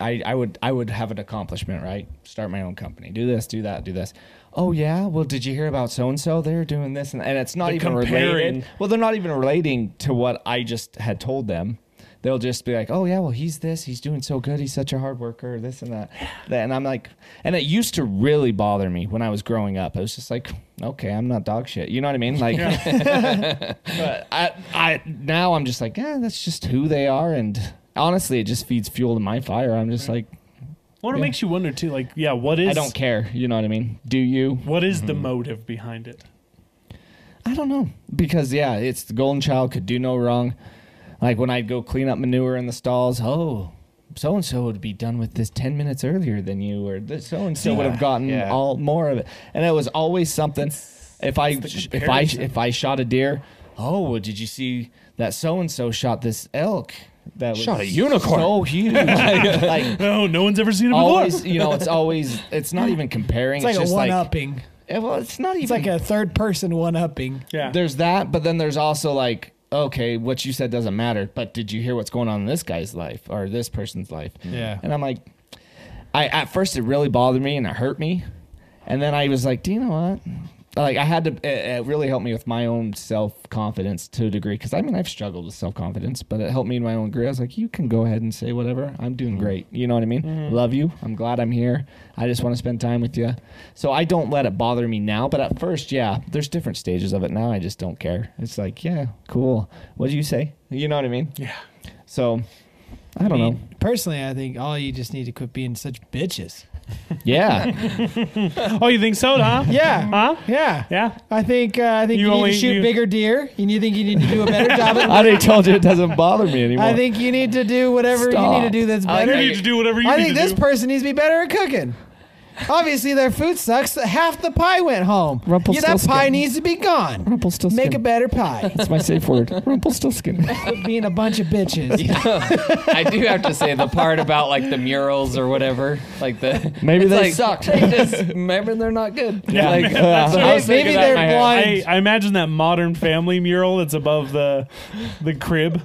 Speaker 3: I I would I would have an accomplishment, right? Start my own company. Do this, do that, do this. Oh yeah, well did you hear about so and so? They're doing this and and it's not
Speaker 2: They're
Speaker 3: even
Speaker 2: comparing.
Speaker 3: related. Well, they're not even relating to what I just had told them. They'll just be like, "Oh yeah, well he's this, he's doing so good, he's such a hard worker, this and that." That- And I'm like, and it used to really bother me when I was growing up. I was just like, "Okay, I'm not dog shit." You know what I mean? Like, but I, I now I'm just like, yeah, that's just who they are, and honestly, it just feeds fuel to my fire. I'm just like,
Speaker 2: Well, it
Speaker 3: Yeah.
Speaker 2: makes you wonder too. Like, yeah, what is
Speaker 3: I don't care. You know what I mean? Do you?
Speaker 2: What is the motive behind it?
Speaker 3: I don't know because yeah, it's the golden child could do no wrong. Like when I'd go clean up manure in the stalls, oh, so and so would be done with this ten minutes earlier than you, or so and so would have gotten
Speaker 4: yeah.
Speaker 3: all more of it. And it was always something. if I if I
Speaker 2: comparison.
Speaker 3: if I shot a deer, oh, well, did you see that so and so shot this elk? That was
Speaker 4: Shot a unicorn.
Speaker 3: So huge, like
Speaker 2: No, no one's ever seen it
Speaker 3: always. You know, it's always. It's not even comparing.
Speaker 1: It's like
Speaker 3: It's,
Speaker 1: a
Speaker 3: just
Speaker 1: one
Speaker 3: like
Speaker 1: upping.
Speaker 3: eh, Well, it's not even.
Speaker 1: It's like a third person one upping.
Speaker 2: Yeah.
Speaker 3: There's that, but then there's also like, okay, what you said doesn't matter, but did you hear what's going on in this guy's life or this person's life?
Speaker 5: Yeah.
Speaker 3: And I'm like, I at first it really bothered me and it hurt me, and then I was like, do you know what? Like I had to. It, it really helped me with my own self confidence to a degree because I mean I've struggled with self confidence, but it helped me in my own degree. I was like, you can go ahead and say whatever. I'm doing great. You know what I mean? Love you. I'm glad I'm here. I just want to spend time with you. So I don't let it bother me now. But at first, yeah, there's different stages of it. Now I just don't care. It's like, yeah, cool. What do you say? You know what I mean?
Speaker 2: Yeah.
Speaker 3: So I don't know.
Speaker 1: Personally, I think all you just need to quit being such bitches.
Speaker 3: Yeah.
Speaker 2: Oh, you think so, huh?
Speaker 1: Yeah.
Speaker 2: Huh?
Speaker 1: Yeah.
Speaker 2: Yeah.
Speaker 1: I think uh, I think
Speaker 2: You
Speaker 1: you,
Speaker 2: only-
Speaker 1: need to shoot
Speaker 2: you-
Speaker 1: bigger deer, and you think you need to do a better job. At,
Speaker 3: I already told you it doesn't bother me anymore.
Speaker 1: I think you need to do whatever you need to
Speaker 3: Stop.
Speaker 1: do that's
Speaker 3: I
Speaker 1: better.
Speaker 2: You
Speaker 3: think-
Speaker 2: need to do whatever you
Speaker 1: I
Speaker 2: need
Speaker 1: think
Speaker 2: to
Speaker 1: this
Speaker 2: do.
Speaker 1: person needs to be better at cooking. Obviously, their food sucks. Half the pie went home. Yeah, that pie
Speaker 3: Rumpelstiltskin.
Speaker 1: needs to be gone.
Speaker 3: Rumpelstiltskin.
Speaker 1: Make a better pie.
Speaker 3: That's my safe word. Rumpelstiltskin.
Speaker 1: Quit being a bunch of bitches.
Speaker 4: I do have to say the part about like the murals or whatever, like the
Speaker 3: Maybe
Speaker 4: it's
Speaker 3: they
Speaker 4: like,
Speaker 3: sucked.
Speaker 4: They just, maybe they're not good.
Speaker 2: Yeah.
Speaker 4: like,
Speaker 2: Maybe that's
Speaker 4: I
Speaker 1: right.
Speaker 4: was
Speaker 1: Maybe
Speaker 4: thinking that
Speaker 1: they're
Speaker 4: in my head.
Speaker 1: blind.
Speaker 2: I, I imagine that modern family mural that's above the the crib.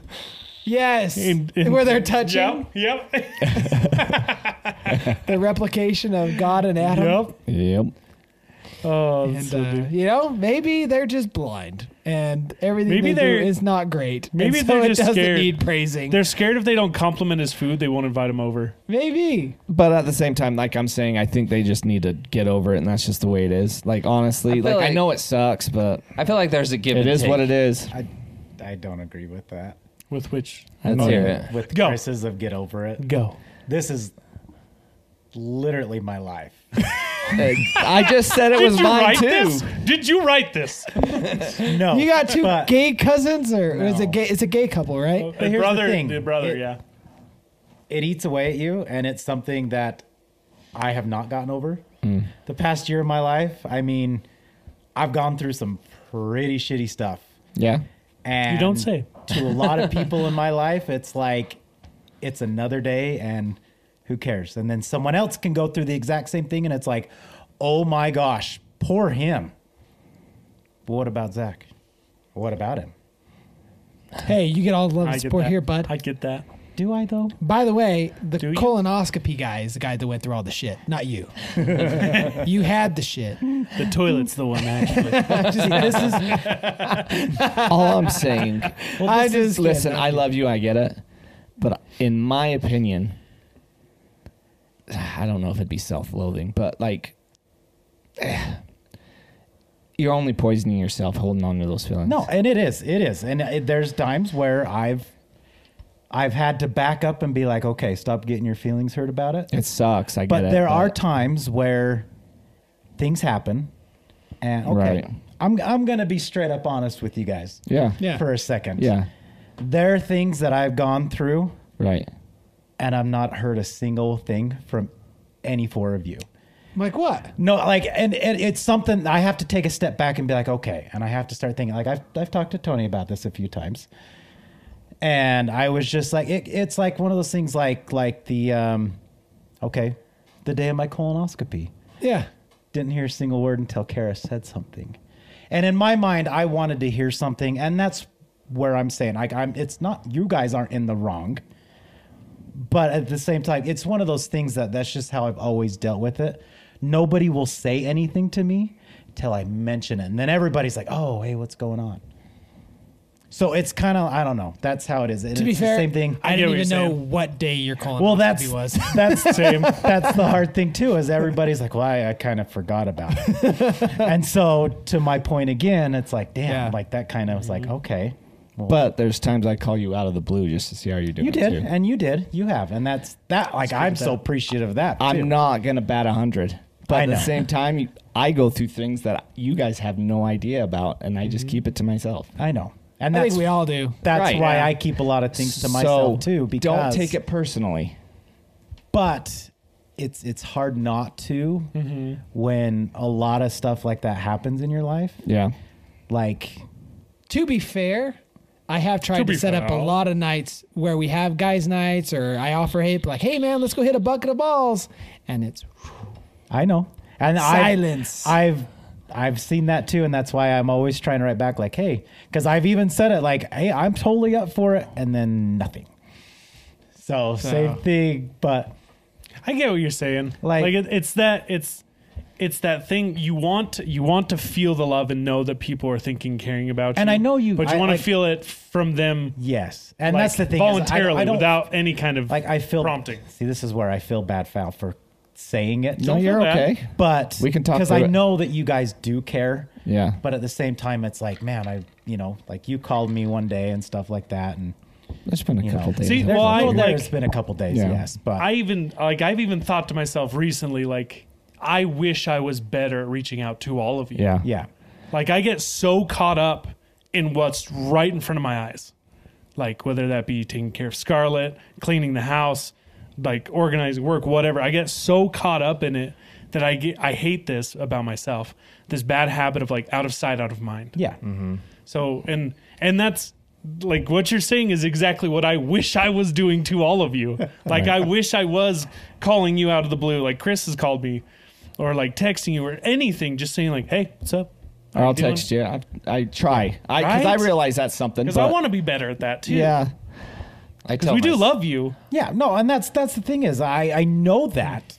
Speaker 1: Yes.
Speaker 2: In- in-
Speaker 1: Where they're touching
Speaker 2: Yep. Yep.
Speaker 1: the replication of God and Adam.
Speaker 2: yep.
Speaker 3: yep.
Speaker 2: Oh, that's so
Speaker 1: And, uh,
Speaker 2: deep.
Speaker 1: you know, maybe they're just blind, and everything
Speaker 2: Maybe
Speaker 1: they
Speaker 2: they're-
Speaker 1: do is not great.
Speaker 2: maybe
Speaker 1: and so
Speaker 2: they're
Speaker 1: it
Speaker 2: just
Speaker 1: doesn't
Speaker 2: scared.
Speaker 1: need praising.
Speaker 2: They're scared if they don't compliment his food, they won't invite him over. Oh.
Speaker 1: maybe
Speaker 3: But at the same time, like I'm saying, I think they just need to get over it, and that's just the way it is. Like honestly,
Speaker 4: I feel
Speaker 3: like, I
Speaker 4: like-
Speaker 3: know it sucks, but
Speaker 4: I feel like there's a give.
Speaker 3: it
Speaker 4: and
Speaker 3: is
Speaker 4: take.
Speaker 3: what it is.
Speaker 5: I, I don't agree with that.
Speaker 2: With which
Speaker 3: Let's hear it.
Speaker 5: With
Speaker 2: Go.
Speaker 5: Chris's of get over it.
Speaker 2: go.
Speaker 5: This is literally my life.
Speaker 3: I just said it
Speaker 2: Did
Speaker 3: was
Speaker 2: you
Speaker 3: mine
Speaker 2: write
Speaker 3: too.
Speaker 2: this? Did you write this?
Speaker 5: No,
Speaker 1: you got two
Speaker 5: but
Speaker 1: gay cousins, or or is
Speaker 5: No.
Speaker 1: it gay? It's a gay couple, right?
Speaker 5: here's
Speaker 2: the
Speaker 5: the
Speaker 2: brother,
Speaker 5: thing.
Speaker 2: brother,
Speaker 5: It-
Speaker 2: yeah.
Speaker 5: it eats away at you, and it's something that I have not gotten over.
Speaker 2: Hmm.
Speaker 5: The past year of my life, I mean, I've gone through some pretty shitty stuff.
Speaker 3: Yeah.
Speaker 5: And
Speaker 2: You don't say.
Speaker 5: To a lot of people in my life, it's like it's another day and who cares? And then someone else can go through the exact same thing and it's like, oh my gosh, poor him. But what about Zach? What about him?
Speaker 1: Hey, you get all the love
Speaker 2: I
Speaker 1: and
Speaker 2: get
Speaker 1: support
Speaker 2: that.
Speaker 1: here, bud.
Speaker 2: I get that.
Speaker 5: Do I though?
Speaker 1: By the way, the
Speaker 2: Do you?
Speaker 1: colonoscopy guy is the guy that went through all the shit, not you. you had the shit.
Speaker 2: The toilet's the one actually.
Speaker 1: Just- this is-
Speaker 3: All I'm saying.
Speaker 1: I just
Speaker 3: listen.
Speaker 1: can't.
Speaker 3: I love you. I get it. But in my opinion, I don't know if it'd be self-loathing, but like, eh, you're only poisoning yourself holding on to those feelings.
Speaker 5: No, and it is. It is. And it, there's times where I've I've had to back up and be like, okay, stop getting your feelings hurt about it.
Speaker 3: it sucks. I get
Speaker 5: but
Speaker 3: it.
Speaker 5: there are times where things happen and okay
Speaker 3: Right.
Speaker 5: i'm i'm gonna be straight up honest with you guys
Speaker 3: yeah.
Speaker 1: Yeah.
Speaker 5: for a second
Speaker 3: Yeah.
Speaker 5: there are things that i've gone through
Speaker 3: Right.
Speaker 5: and i've not heard a single thing from any four of you
Speaker 1: like what?
Speaker 5: No, like, and, and it's something I have to take a step back and be like, okay, and I have to start thinking. Like, I've I've talked to Tony about this a few times, and I was just like, it, it's like one of those things, like like the, um, okay, the day of my colonoscopy,
Speaker 1: Yeah.
Speaker 5: didn't hear a single word until Kara said something, and in my mind, I wanted to hear something, and that's where I'm saying, like, I'm. It's not you guys aren't in the wrong but at the same time, it's one of those things that that's just how I've always dealt with it. Nobody will say anything to me till I mention it, and then everybody's like, "Oh, hey, what's going on?" So it's kind of I don't know. That's how it is. It-
Speaker 1: To be
Speaker 5: it's
Speaker 1: fair,
Speaker 5: the same thing.
Speaker 2: I
Speaker 1: I
Speaker 2: get
Speaker 1: didn't
Speaker 2: what
Speaker 1: even
Speaker 2: you're
Speaker 1: know
Speaker 2: saying.
Speaker 1: what day you're calling.
Speaker 5: well, that's
Speaker 1: was.
Speaker 5: that's that's the hard thing too. Is everybody's like, "Well, I, I kind of forgot about it," and so to my point again, it's like, "Damn!"
Speaker 1: Yeah.
Speaker 5: Like that kind of was
Speaker 3: Mm-hmm.
Speaker 5: like, "Okay." Well,
Speaker 3: But there's times I call you out of the blue just to see how you're doing.
Speaker 5: you did,
Speaker 3: too.
Speaker 5: and you did, you have, and that's that. Like, I'm so appreciative of that.
Speaker 3: I'm
Speaker 5: too.
Speaker 3: not gonna bat a hundred, but
Speaker 5: I
Speaker 3: at the
Speaker 5: know.
Speaker 3: same time, you- I go through things that you guys have no idea about, and I
Speaker 5: Mm-hmm.
Speaker 3: just keep it to myself.
Speaker 5: I know, and
Speaker 1: I
Speaker 5: that's
Speaker 1: think we all do.
Speaker 5: That's
Speaker 3: Right.
Speaker 5: why
Speaker 3: Yeah.
Speaker 5: I keep a lot of things to
Speaker 3: So,
Speaker 5: myself too. Because
Speaker 3: don't take it personally.
Speaker 5: but it's it's hard not to
Speaker 1: Mm-hmm.
Speaker 5: when a lot of stuff like that happens in your life.
Speaker 3: Yeah,
Speaker 5: Like
Speaker 1: to be fair, I have tried
Speaker 2: To
Speaker 1: to,
Speaker 2: be
Speaker 1: set up a
Speaker 2: fair.
Speaker 1: lot of nights where we have guys' nights, or I offer hey, like, hey man, let's go hit a bucket of balls, and it's
Speaker 5: I know, and I-
Speaker 1: Silence.
Speaker 5: I've I've seen that too, and that's why I'm always trying to write back like, hey, because I've even said it like, hey, I'm totally up for it, and then nothing. So same thing, but
Speaker 2: I get what you're saying. Like,
Speaker 5: Like-
Speaker 2: it, it's that it's it's that thing you want you want to feel the love and know that people are thinking caring about you.
Speaker 5: And I know you-
Speaker 2: but you
Speaker 5: I-
Speaker 2: want to
Speaker 5: like-
Speaker 2: feel it from them.
Speaker 5: yes, and
Speaker 2: like,
Speaker 5: that's the thing is I don't- I
Speaker 2: voluntarily
Speaker 5: don't-
Speaker 2: without any kind of
Speaker 5: like I feel
Speaker 2: prompting.
Speaker 5: See, this is where I feel bad, Fal, for saying it.
Speaker 3: no, you're
Speaker 2: bad.
Speaker 3: okay.
Speaker 5: but
Speaker 3: We can talk
Speaker 5: because
Speaker 3: through
Speaker 5: I
Speaker 3: it.
Speaker 5: know that you guys do care.
Speaker 3: Yeah.
Speaker 5: But at the same time, it's like, man, I, you know, like you called me one day and stuff like that, and
Speaker 3: There's been a
Speaker 5: you
Speaker 3: couple
Speaker 5: know,
Speaker 3: days.
Speaker 2: See,
Speaker 3: of
Speaker 2: well,
Speaker 3: that.
Speaker 2: I-
Speaker 5: well,
Speaker 2: like-
Speaker 5: there's been a couple days,
Speaker 3: Yeah.
Speaker 5: yes, but
Speaker 2: I even like I've even thought to myself recently like I wish I was better at reaching out to all of you.
Speaker 3: yeah,
Speaker 5: yeah,
Speaker 2: Like I get so caught up in what's right in front of my eyes. Like whether that be taking care of Scarlett, cleaning the house, like organizing work, whatever. I get so caught up in it that I get I hate this about myself. This bad habit of like out of sight, out of mind.
Speaker 5: yeah,
Speaker 2: So and and that's like what you're saying is exactly what I wish I was doing to all of you. Like I wish I was calling you out of the blue, like Chris has called me, or like texting you or anything, just saying like, "Hey, what's up?"
Speaker 3: Or I'll
Speaker 2: you doing?
Speaker 3: text you. I, I try. I because
Speaker 2: Right?
Speaker 3: I realize that's something.
Speaker 2: Because I
Speaker 3: but-
Speaker 2: want to be better at that too.
Speaker 3: Yeah. I
Speaker 2: Because
Speaker 3: tell
Speaker 2: we do
Speaker 3: mys-
Speaker 2: love you.
Speaker 5: yeah, no, and that's that's the thing is, I I know that,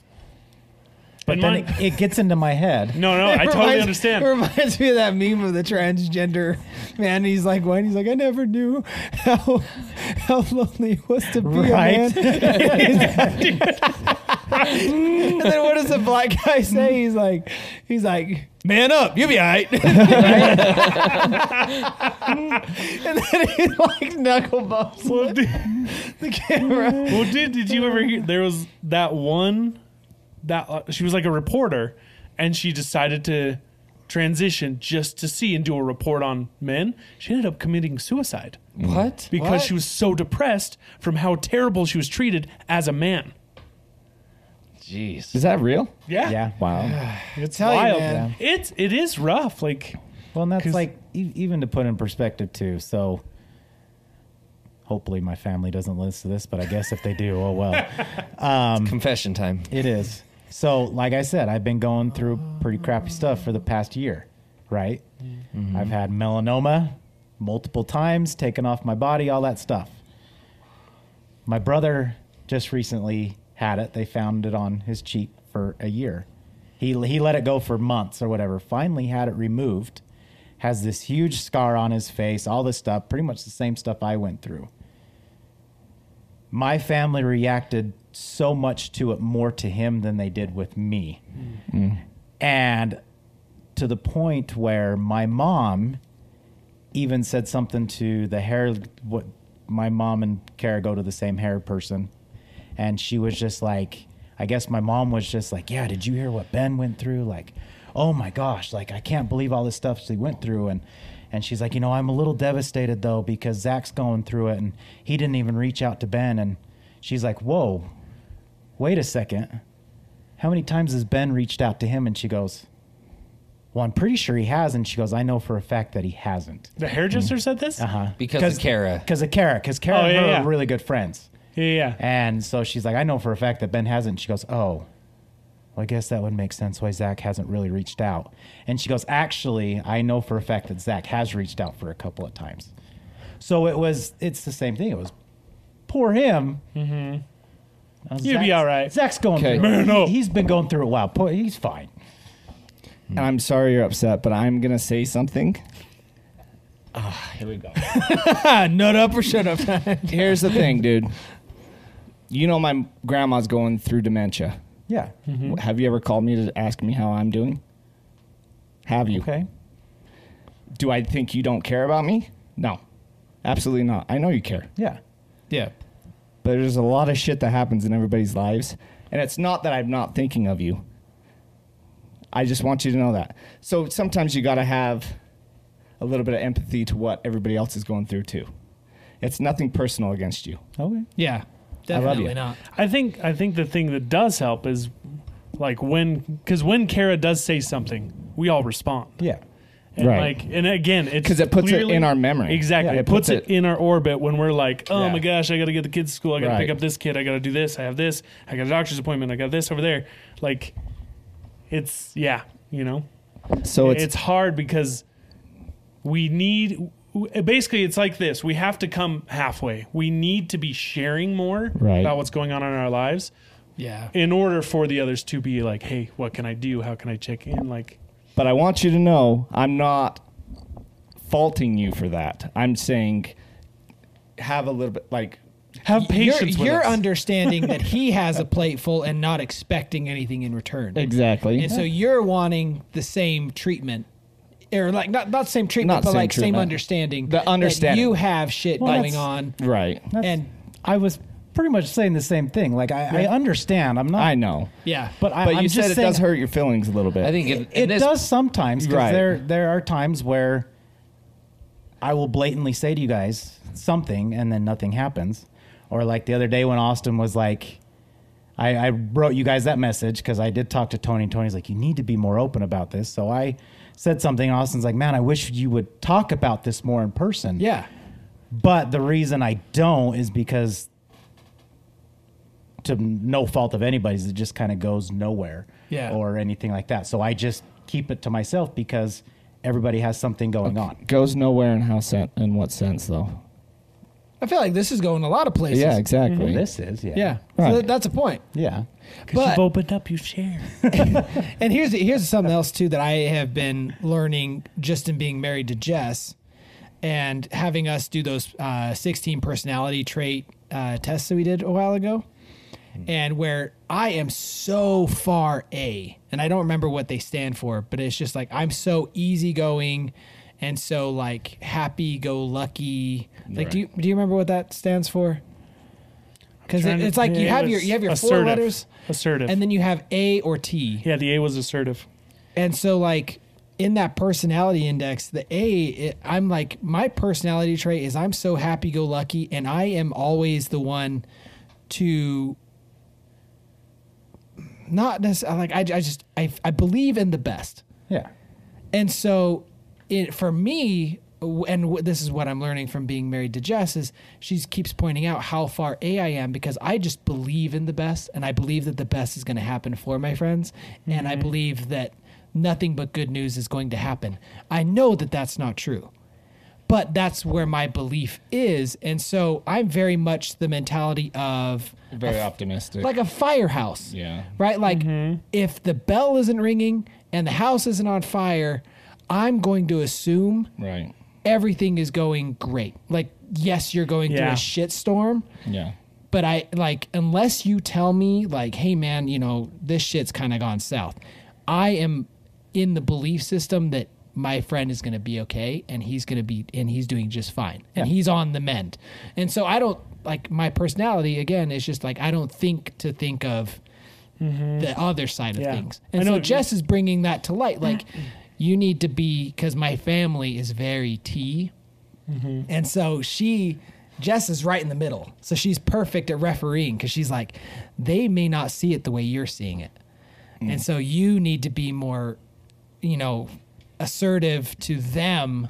Speaker 5: but
Speaker 2: And
Speaker 5: then
Speaker 2: mine-
Speaker 5: it, it gets into my head.
Speaker 2: No, no, I totally understand.
Speaker 1: It reminds me of that meme of the transgender man. He's like, "When?" He's like, "I never knew how how lonely it was to be
Speaker 5: Right.
Speaker 1: a man." and then what does the black guy say? He's like, he's like, "Man up, you'll be all right." and then he's like, knuckle bumps
Speaker 2: Well, did,
Speaker 1: the camera.
Speaker 2: well, did did you ever hear? There was that one that uh, she was like a reporter, and she decided to transition just to see and do a report on men. She ended up committing suicide.
Speaker 4: What?
Speaker 2: because
Speaker 1: What?
Speaker 2: she was so depressed from how terrible she was treated as a man.
Speaker 4: Jeez.
Speaker 3: Is that real?
Speaker 2: Yeah,
Speaker 5: Yeah,
Speaker 3: Wow.
Speaker 2: it's
Speaker 1: Tell you,
Speaker 2: wild.
Speaker 1: man.
Speaker 2: It's it is rough. Like
Speaker 5: well, and that's
Speaker 2: 'Cause-
Speaker 5: like e- even to put in perspective too. So hopefully, my family doesn't listen to this, but I guess if they do, oh well.
Speaker 4: Confession time.
Speaker 5: It is. So, like I said, I've been going through pretty crappy stuff for the past year, right? I've had melanoma multiple times, taken off my body, all that stuff. My brother just recently had it. They found it on his cheek for a year. He, he let it go for months or whatever. Finally, had it removed. Has this huge scar on his face, all this stuff, pretty much the same stuff I went through my family reacted so much to it more to him than they did with me. And to the point where my mom even said something to the hair what my mom and Kara go to the same hair person and she was just like I guess my mom was just like, "Yeah, did you hear what Ben went through? Like, oh my gosh, like I can't believe all this stuff she went through." And and she's like, "You know, I'm a little devastated though because Zach's going through it and he didn't even reach out to Ben." And she's like, "Whoa, wait a second. How many times has Ben reached out to him? And she goes, Well, I'm pretty sure he has. And she goes, I know for a fact that he hasn't.
Speaker 2: The hairdresser said this.
Speaker 5: Uh-huh.
Speaker 4: Because of Kara.
Speaker 5: Because of Kara. Because Kara
Speaker 2: Oh,
Speaker 5: and
Speaker 2: yeah,
Speaker 5: her
Speaker 2: yeah.
Speaker 5: are really good friends.
Speaker 2: Yeah, yeah.
Speaker 5: And so she's like, I know for a fact that Ben hasn't. She goes, Oh, well, I guess that would make sense why Zach hasn't really reached out. And she goes, Actually, I know for a fact that Zach has reached out for a couple of times. So it was, it's the same thing. It was poor him. Mm-hmm.
Speaker 2: You'll be all right.
Speaker 5: Zach's going
Speaker 3: Okay.
Speaker 5: through it.
Speaker 2: Man up.
Speaker 5: He, has been going through a while. Poor, he's fine.
Speaker 3: And I'm sorry you're upset, but I'm gonna say something. Ah,
Speaker 5: Here we go.
Speaker 1: Nut up or shut up.
Speaker 3: Here's the thing, dude. You know my grandma's going through dementia.
Speaker 5: Yeah.
Speaker 2: Mm-hmm.
Speaker 3: Have you ever called me to ask me how I'm doing? Have you?
Speaker 5: Okay.
Speaker 3: Do I think you don't care about me? No. Absolutely not. I know you care.
Speaker 5: Yeah.
Speaker 1: yeah.
Speaker 3: But there's a lot of shit that happens in everybody's lives, and it's not that I'm not thinking of you. I just want you to know that. So sometimes you got to have a little bit of empathy to what everybody else is going through too. It's nothing personal against you.
Speaker 5: Okay.
Speaker 1: Yeah.
Speaker 3: love
Speaker 1: Definitely
Speaker 3: you.
Speaker 1: not.
Speaker 2: I think I think the thing that does help is like when because when Kara does say something, we all respond.
Speaker 5: Yeah.
Speaker 2: And
Speaker 3: Right.
Speaker 2: like and again, it's
Speaker 3: 'Cause it puts it
Speaker 2: clearly-
Speaker 3: in our memory.
Speaker 2: Exactly.
Speaker 3: Yeah,
Speaker 2: it, puts, it, in our orbit when we're like, oh
Speaker 3: Yeah.
Speaker 2: my gosh, I got to get the kids to school. I got to pick
Speaker 3: Right.
Speaker 2: up this kid. I got to do this. I have this. I got a doctor's appointment. I got this over there. Like, it's yeah, you know,
Speaker 3: So
Speaker 2: it's,
Speaker 3: it's,
Speaker 2: hard because we need. w- Basically, it's like this: we have to come halfway. We need to be sharing more
Speaker 3: Right.
Speaker 2: about what's going on in our lives
Speaker 1: Yeah.
Speaker 2: in order for the others to be like, hey, what can I do? How can I check in? Like,
Speaker 3: but I want you to know I'm not faulting you for that. I'm saying have a little bit like
Speaker 2: have patience with
Speaker 1: You're, you're
Speaker 2: us.
Speaker 1: understanding that he has a plate full and not expecting anything in return.
Speaker 3: exactly.
Speaker 1: And so you're wanting the same treatment. Or like not not same treatment,
Speaker 3: Not
Speaker 1: but
Speaker 3: same
Speaker 1: like same
Speaker 3: treatment.
Speaker 1: understanding.
Speaker 3: The
Speaker 1: that
Speaker 3: understanding.
Speaker 1: you have shit
Speaker 5: Well,
Speaker 1: going
Speaker 5: that's-
Speaker 1: on.
Speaker 3: right.
Speaker 5: That's-
Speaker 1: And-
Speaker 5: I was pretty much saying the same thing. Like I, I understand. I'm not.
Speaker 3: I know.
Speaker 1: Yeah.
Speaker 5: But, I,
Speaker 3: But
Speaker 5: I'm
Speaker 3: you
Speaker 5: just
Speaker 3: said it
Speaker 5: saying,
Speaker 3: does hurt your feelings a little bit.
Speaker 4: I think in, in
Speaker 5: It
Speaker 4: this,
Speaker 5: does sometimes because
Speaker 3: Right.
Speaker 5: there there are times where I will blatantly say to you guys something and then nothing happens, or like the other day when Austin was like, I, I wrote you guys that message because I did talk to Tony. Tony's like, you need to be more open about this. So I said something. and Austin's like, man, I wish you would talk about this more in person.
Speaker 1: yeah.
Speaker 5: But the reason I don't is because to no fault of anybody's, it just kind of goes nowhere
Speaker 1: Yeah.
Speaker 5: or anything like that. So I just keep it to myself because everybody has something going on.
Speaker 3: goes nowhere in how sen- in what sense though.
Speaker 1: I feel like this is going a lot of places.
Speaker 3: Yeah, exactly.
Speaker 5: This is, yeah.
Speaker 1: Yeah.
Speaker 3: Right.
Speaker 1: So that, that's a point.
Speaker 5: Yeah.
Speaker 1: But
Speaker 2: You've opened up, you share.
Speaker 1: And here's here's something else too that I have been learning just in being married to Jess, and having us do those uh, 16 personality trait uh, tests that we did a while ago, and where I am so far A, and I don't remember what they stand for, but it's just like I'm so easygoing, and so like happy go lucky. Like, do you do you remember what that stands for? Because
Speaker 2: Trying
Speaker 1: it,
Speaker 2: to-
Speaker 1: it's like you
Speaker 2: yeah,
Speaker 1: have
Speaker 2: it
Speaker 1: your
Speaker 2: was
Speaker 1: you have your four
Speaker 2: assertive.
Speaker 1: letters,
Speaker 2: Assertive.
Speaker 1: and then you have A or T.
Speaker 2: yeah, the A was assertive.
Speaker 1: And so like in that personality index, the A, it, I'm like my personality trait is I'm so happy go lucky and I am always the one to not necessarily like I, I just I, I believe in the best.
Speaker 5: Yeah.
Speaker 1: And so, it, for me, w- and w- this is what I'm learning from being married to Jess is she keeps pointing out how far A I am because I just believe in the best and I believe that the best is going to happen for my friends and I believe that nothing but good news is going to happen. I know that that's not true. But that's where my belief is. And so I'm very much the mentality of
Speaker 3: Very optimistic.
Speaker 1: like a firehouse.
Speaker 3: Yeah.
Speaker 1: Right? Like if the bell isn't ringing and the house isn't on fire, I'm going to assume
Speaker 3: right.
Speaker 1: everything is going great. Like yes, you're going through
Speaker 2: Yeah.
Speaker 1: a shit storm,
Speaker 3: Yeah.
Speaker 1: but I like unless you tell me like, "Hey man, you know, this shit's kind of gone south." I am in the belief system that my friend is going to be okay and he's going to be and he's doing just fine and he's on the mend. And so I don't like my personality again is just like I don't think to think of the other side
Speaker 2: Mm-hmm.
Speaker 1: of
Speaker 2: Yeah.
Speaker 1: things.
Speaker 2: I
Speaker 1: And
Speaker 2: know
Speaker 1: so
Speaker 2: what you-
Speaker 1: Jess is bringing that to light like you need to be cuz my family is very T and so she, Jess is right in the middle. So she's perfect at refereeing because she's like, they may not see it the way you're seeing it.
Speaker 2: Mm.
Speaker 1: And so you need to be more, you know, assertive to them.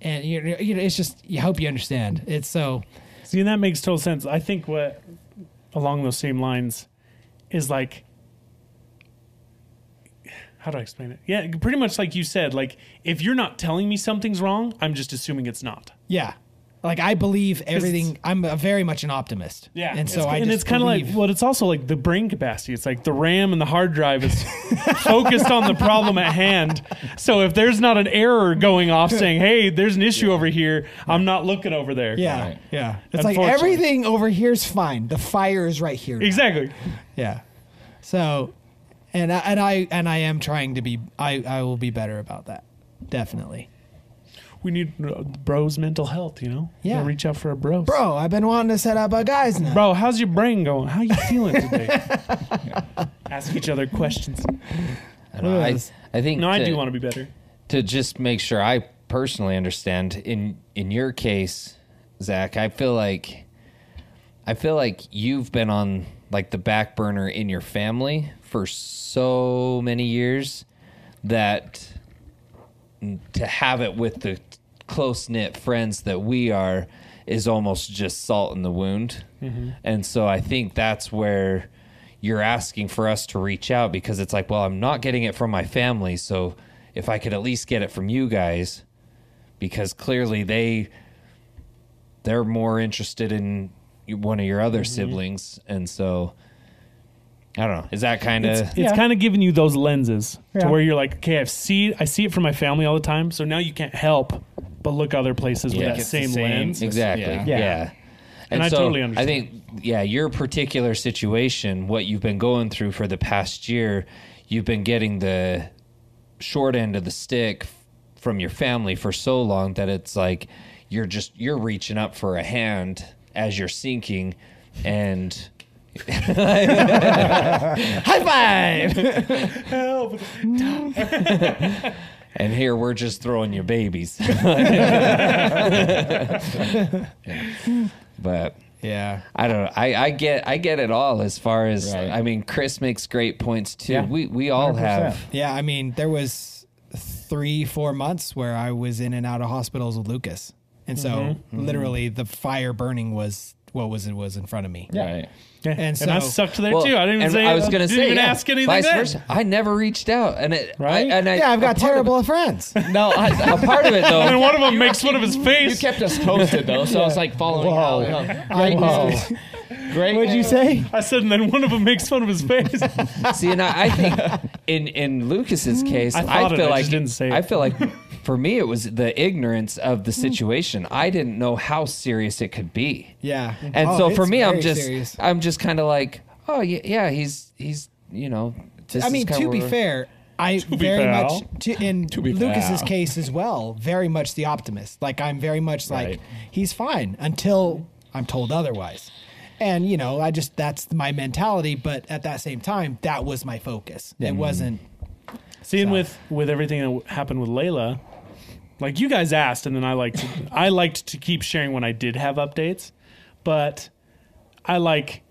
Speaker 1: And you know, you know, it's just you hope you understand. It's so
Speaker 2: See, and that makes total sense. I think what along those same lines is like how do I explain it? Yeah, pretty much like you said, like if you're not telling me something's wrong, I'm just assuming it's not.
Speaker 1: yeah. Like I believe everything. I'm a, very much an optimist.
Speaker 2: Yeah.
Speaker 1: and so
Speaker 2: it's,
Speaker 1: I
Speaker 2: and
Speaker 1: just
Speaker 2: it's kind of like
Speaker 1: believe-
Speaker 2: well, it's also like the brain capacity. It's like the RAM and the hard drive is focused on the problem at hand. So if there's not an error going off saying, "Hey, there's an issue over here," I'm not looking over there.
Speaker 1: yeah,
Speaker 3: Right.
Speaker 1: yeah. It's like
Speaker 2: Unfortunately.
Speaker 1: everything over here is fine. The fire is right here. now.
Speaker 2: Exactly.
Speaker 1: Yeah. So, and I, and I and I am trying to be. I I will be better about that. Definitely.
Speaker 2: We need uh, bros mental health, you know?
Speaker 1: Yeah.
Speaker 2: Gotta reach out for a bros.
Speaker 1: Bro, I've been wanting to set up a guys now.
Speaker 2: Bro, how's your brain going? How you feeling today? Ask each other questions.
Speaker 4: I, don't know. I,
Speaker 1: Yes.
Speaker 4: I think
Speaker 2: No, I
Speaker 4: to-
Speaker 2: do want to be better.
Speaker 4: to just make sure I personally understand in in your case, Zach, I feel like I feel like you've been on like the back burner in your family for so many years that to have it with the close knit friends that we are is almost just salt in the wound. And so I think that's where you're asking for us to reach out because it's like, well, I'm not getting it from my family. So if I could at least get it from you guys, because clearly they they're more interested in one of your other siblings and so i don't know is that kind of
Speaker 2: It's kind of giving you those lenses to
Speaker 5: Yeah.
Speaker 2: where you're like, okay, I see, I see it from my family all the time, so now you can't help but look other places
Speaker 4: Yeah.
Speaker 2: with that
Speaker 4: It's
Speaker 3: the
Speaker 2: same,
Speaker 3: same.
Speaker 2: lens.
Speaker 4: Exactly.
Speaker 3: Yeah.
Speaker 4: Yeah.
Speaker 5: Yeah.
Speaker 2: And I totally understand.
Speaker 4: I think, yeah, your particular situation, what you've been going through for the past year, you've been getting the short end of the stick f- from your family for so long that it's like you're just you're reaching up for a hand as you're sinking, and high five.
Speaker 2: Help.
Speaker 4: And here we're just throwing you babies. But
Speaker 1: Yeah.
Speaker 4: I don't know. I, I get I get it all as far as
Speaker 3: Right.
Speaker 4: I mean Chris makes great points too.
Speaker 5: Yeah.
Speaker 4: We we all
Speaker 5: 100%.
Speaker 4: have
Speaker 1: Yeah. I mean, there was three, four months where I was in and out of hospitals with Lucas, and so
Speaker 4: Mm-hmm.
Speaker 1: literally the fire burning was what was it was in front of me.
Speaker 3: Right.
Speaker 2: Yeah.
Speaker 1: And
Speaker 2: And, I
Speaker 1: so-
Speaker 2: sucked there
Speaker 4: Well,
Speaker 2: too. I didn't even
Speaker 4: and
Speaker 2: say
Speaker 4: I was
Speaker 2: didn't
Speaker 4: gonna say
Speaker 2: even
Speaker 4: yeah,
Speaker 2: ask anything.
Speaker 4: Vice
Speaker 2: then.
Speaker 4: versa. I never reached out and it
Speaker 2: Right?
Speaker 4: I, and I,
Speaker 1: Yeah, I've got
Speaker 4: a part of
Speaker 1: terrible friends.
Speaker 4: it- No, I, a part of
Speaker 2: And
Speaker 4: it
Speaker 2: then
Speaker 4: though.
Speaker 2: one of them makes fun of his
Speaker 3: You
Speaker 2: face.
Speaker 3: kept us posted though, so I was like following out. Great news. Great.
Speaker 1: What'd you say?
Speaker 2: I said, and then one of them makes fun of his face.
Speaker 4: See, and I, I think in in Lucas's
Speaker 1: Mm.
Speaker 4: case,
Speaker 2: I
Speaker 4: I,
Speaker 2: thought it,
Speaker 4: feel
Speaker 2: I
Speaker 4: like
Speaker 2: just didn't say it.
Speaker 4: I feel like for me it was the ignorance of
Speaker 1: Mm.
Speaker 4: the situation. I didn't know how serious it could be.
Speaker 1: Yeah.
Speaker 4: And
Speaker 1: Oh,
Speaker 4: so for
Speaker 1: it's
Speaker 4: me, I'm
Speaker 1: very
Speaker 4: just
Speaker 1: serious.
Speaker 4: I'm just kind of like, oh yeah, yeah, he's he's you know. This
Speaker 1: I
Speaker 4: is
Speaker 1: mean,
Speaker 4: kinda
Speaker 1: to be
Speaker 4: where-
Speaker 1: fair, I
Speaker 2: be
Speaker 1: very
Speaker 2: fair.
Speaker 1: much to, in
Speaker 3: be
Speaker 1: Lucas's
Speaker 3: fair.
Speaker 1: case as well. Very much the optimist. Like I'm very much like
Speaker 3: Right.
Speaker 1: he's fine until I'm told otherwise. And you know, I just that's my mentality. But at that same time, that was my focus. It wasn't.
Speaker 2: Seeing
Speaker 1: So-
Speaker 2: with with everything that w- happened with Layla, like you guys asked, and then I liked I liked to keep sharing when I did have updates, but I like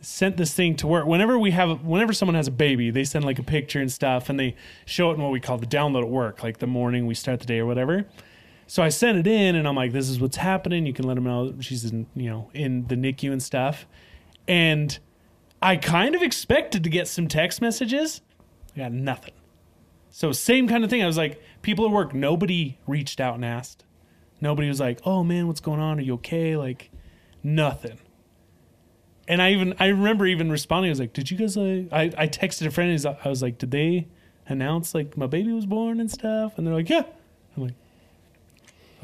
Speaker 2: sent this thing to work. Whenever we have, whenever someone has a baby, they send like a picture and stuff, and they show it in what we call the download at work, like the morning we start the day or whatever. So I sent it in, and I'm like, "This is what's happening. You can let them know she's in, you know, in the NICU and stuff." And I kind of expected to get some text messages. I got nothing. So same kind of thing. I was like, people at work, nobody reached out and asked. Nobody was like, "Oh man, what's going on? Are you okay?" Like, nothing. And I even I remember even responding. I was like, "Did you guys like?" I, I texted a friend. And he's- I was like, "Did they announce like my baby was born and stuff?" And they're like, "Yeah." I'm like,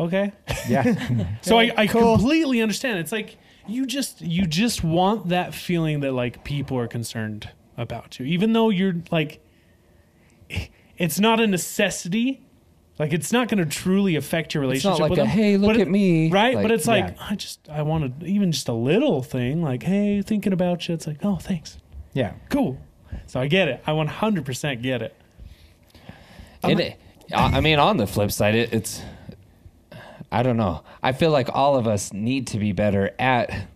Speaker 2: "Okay."
Speaker 5: Yeah.
Speaker 2: So I, I completely understand. It's like you just you just want that feeling that like people are concerned about you, even though you're like it's not a necessity. Like it's not going to truly affect your
Speaker 4: It's
Speaker 2: relationship
Speaker 4: not like
Speaker 2: with
Speaker 4: a
Speaker 2: them.
Speaker 4: hey, look
Speaker 2: but
Speaker 4: at
Speaker 2: it-
Speaker 4: me,
Speaker 2: right? but it's like
Speaker 5: yeah.
Speaker 2: I just I wanted even just a little thing, like hey, thinking about you. It's like oh, thanks,
Speaker 5: yeah.
Speaker 2: cool. So I get it. I 100% get it.
Speaker 4: And it- I I mean, on the flip side, it, it's I don't know. I feel like all of us need to be better at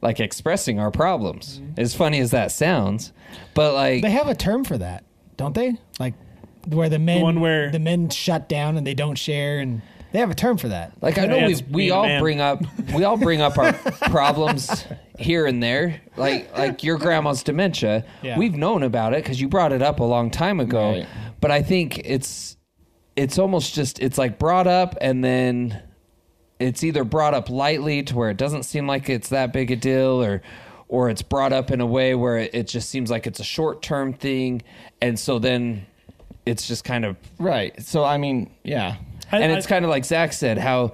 Speaker 4: like expressing our problems. As funny as that sounds, but like
Speaker 1: They have a term for that, don't they? Like where the men
Speaker 2: one where-
Speaker 1: the men shut down and they don't share and they have a term for that.
Speaker 4: Like I know
Speaker 2: Yeah,
Speaker 4: we
Speaker 2: it's
Speaker 4: we
Speaker 2: being a
Speaker 4: all
Speaker 2: man.
Speaker 4: bring up we all bring up our problems here and there. Like like your grandma's dementia.
Speaker 1: Yeah.
Speaker 4: We've known about it cuz you brought it up a long time ago.
Speaker 3: Right.
Speaker 4: But I think it's it's almost just it's like brought up and then it's either brought up lightly to where it doesn't seem like it's that big a deal or or it's brought up in a way where it, it just seems like it's a short-term thing and so then it's just kind of
Speaker 3: Right. So I mean, yeah.
Speaker 2: I-
Speaker 4: and
Speaker 2: I-
Speaker 4: it's kind of like Zach said, how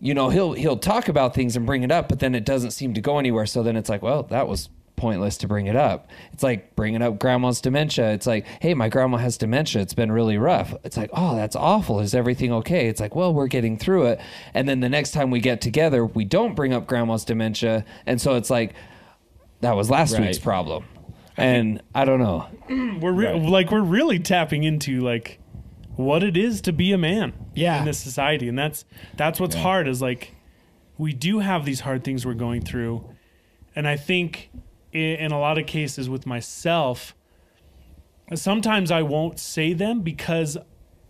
Speaker 4: you know he'll he'll talk about things and bring it up, but then it doesn't seem to go anywhere. So then it's like, well, that was pointless to bring it up. It's like bringing up grandma's dementia. It's like, hey, my grandma has dementia. It's been really rough. It's like, oh, that's awful. Is everything okay? It's like, well, we're getting through it. And then the next time we get together, we don't bring up grandma's dementia, and so it's like, that was last
Speaker 3: Right.
Speaker 4: week's problem. And I don't know.
Speaker 2: We're re- like we're really tapping into like what it is to be a man
Speaker 1: Yeah.
Speaker 2: in this society, and that's that's what's hard is like we do have these hard things we're going through, and I think in, in a lot of cases with myself, sometimes I won't say them because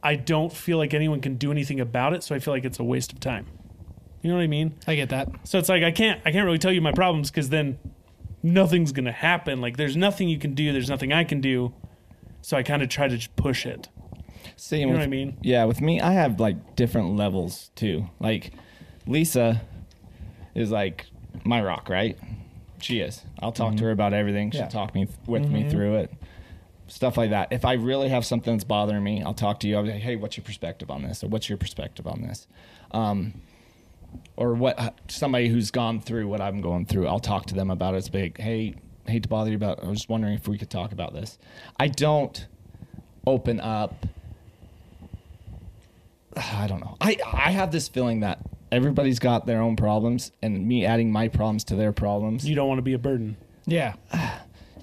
Speaker 2: I don't feel like anyone can do anything about it, so I feel like it's a waste of time. You know what I mean?
Speaker 1: I get that.
Speaker 2: So it's like I can't I can't really tell you my problems because then nothing's gonna happen. Like there's nothing you can do. There's nothing I can do. So I kind of try to just push it.
Speaker 3: Same.
Speaker 2: know
Speaker 3: with,
Speaker 2: what I mean?
Speaker 3: Yeah. With me, I have like different levels too. Like Lisa is like my rock, right? She is. I'll talk
Speaker 2: Mm-hmm.
Speaker 3: to her about everything. She'll
Speaker 5: Yeah.
Speaker 3: talk me with me through it. Stuff like that. If I really have something that's bothering me, I'll talk to you. I'll be like, hey, what's your perspective on this? Or what's your perspective on this? Um, or what uh, somebody who's gone through what I'm going through, I'll talk to them about it. It's big. Hey, hate to bother you about. I was just wondering if we could talk about this. I don't open up. I don't know. I I have this feeling that everybody's got their own problems, and me adding my problems to their problems.
Speaker 2: You don't want to be a burden.
Speaker 1: Yeah.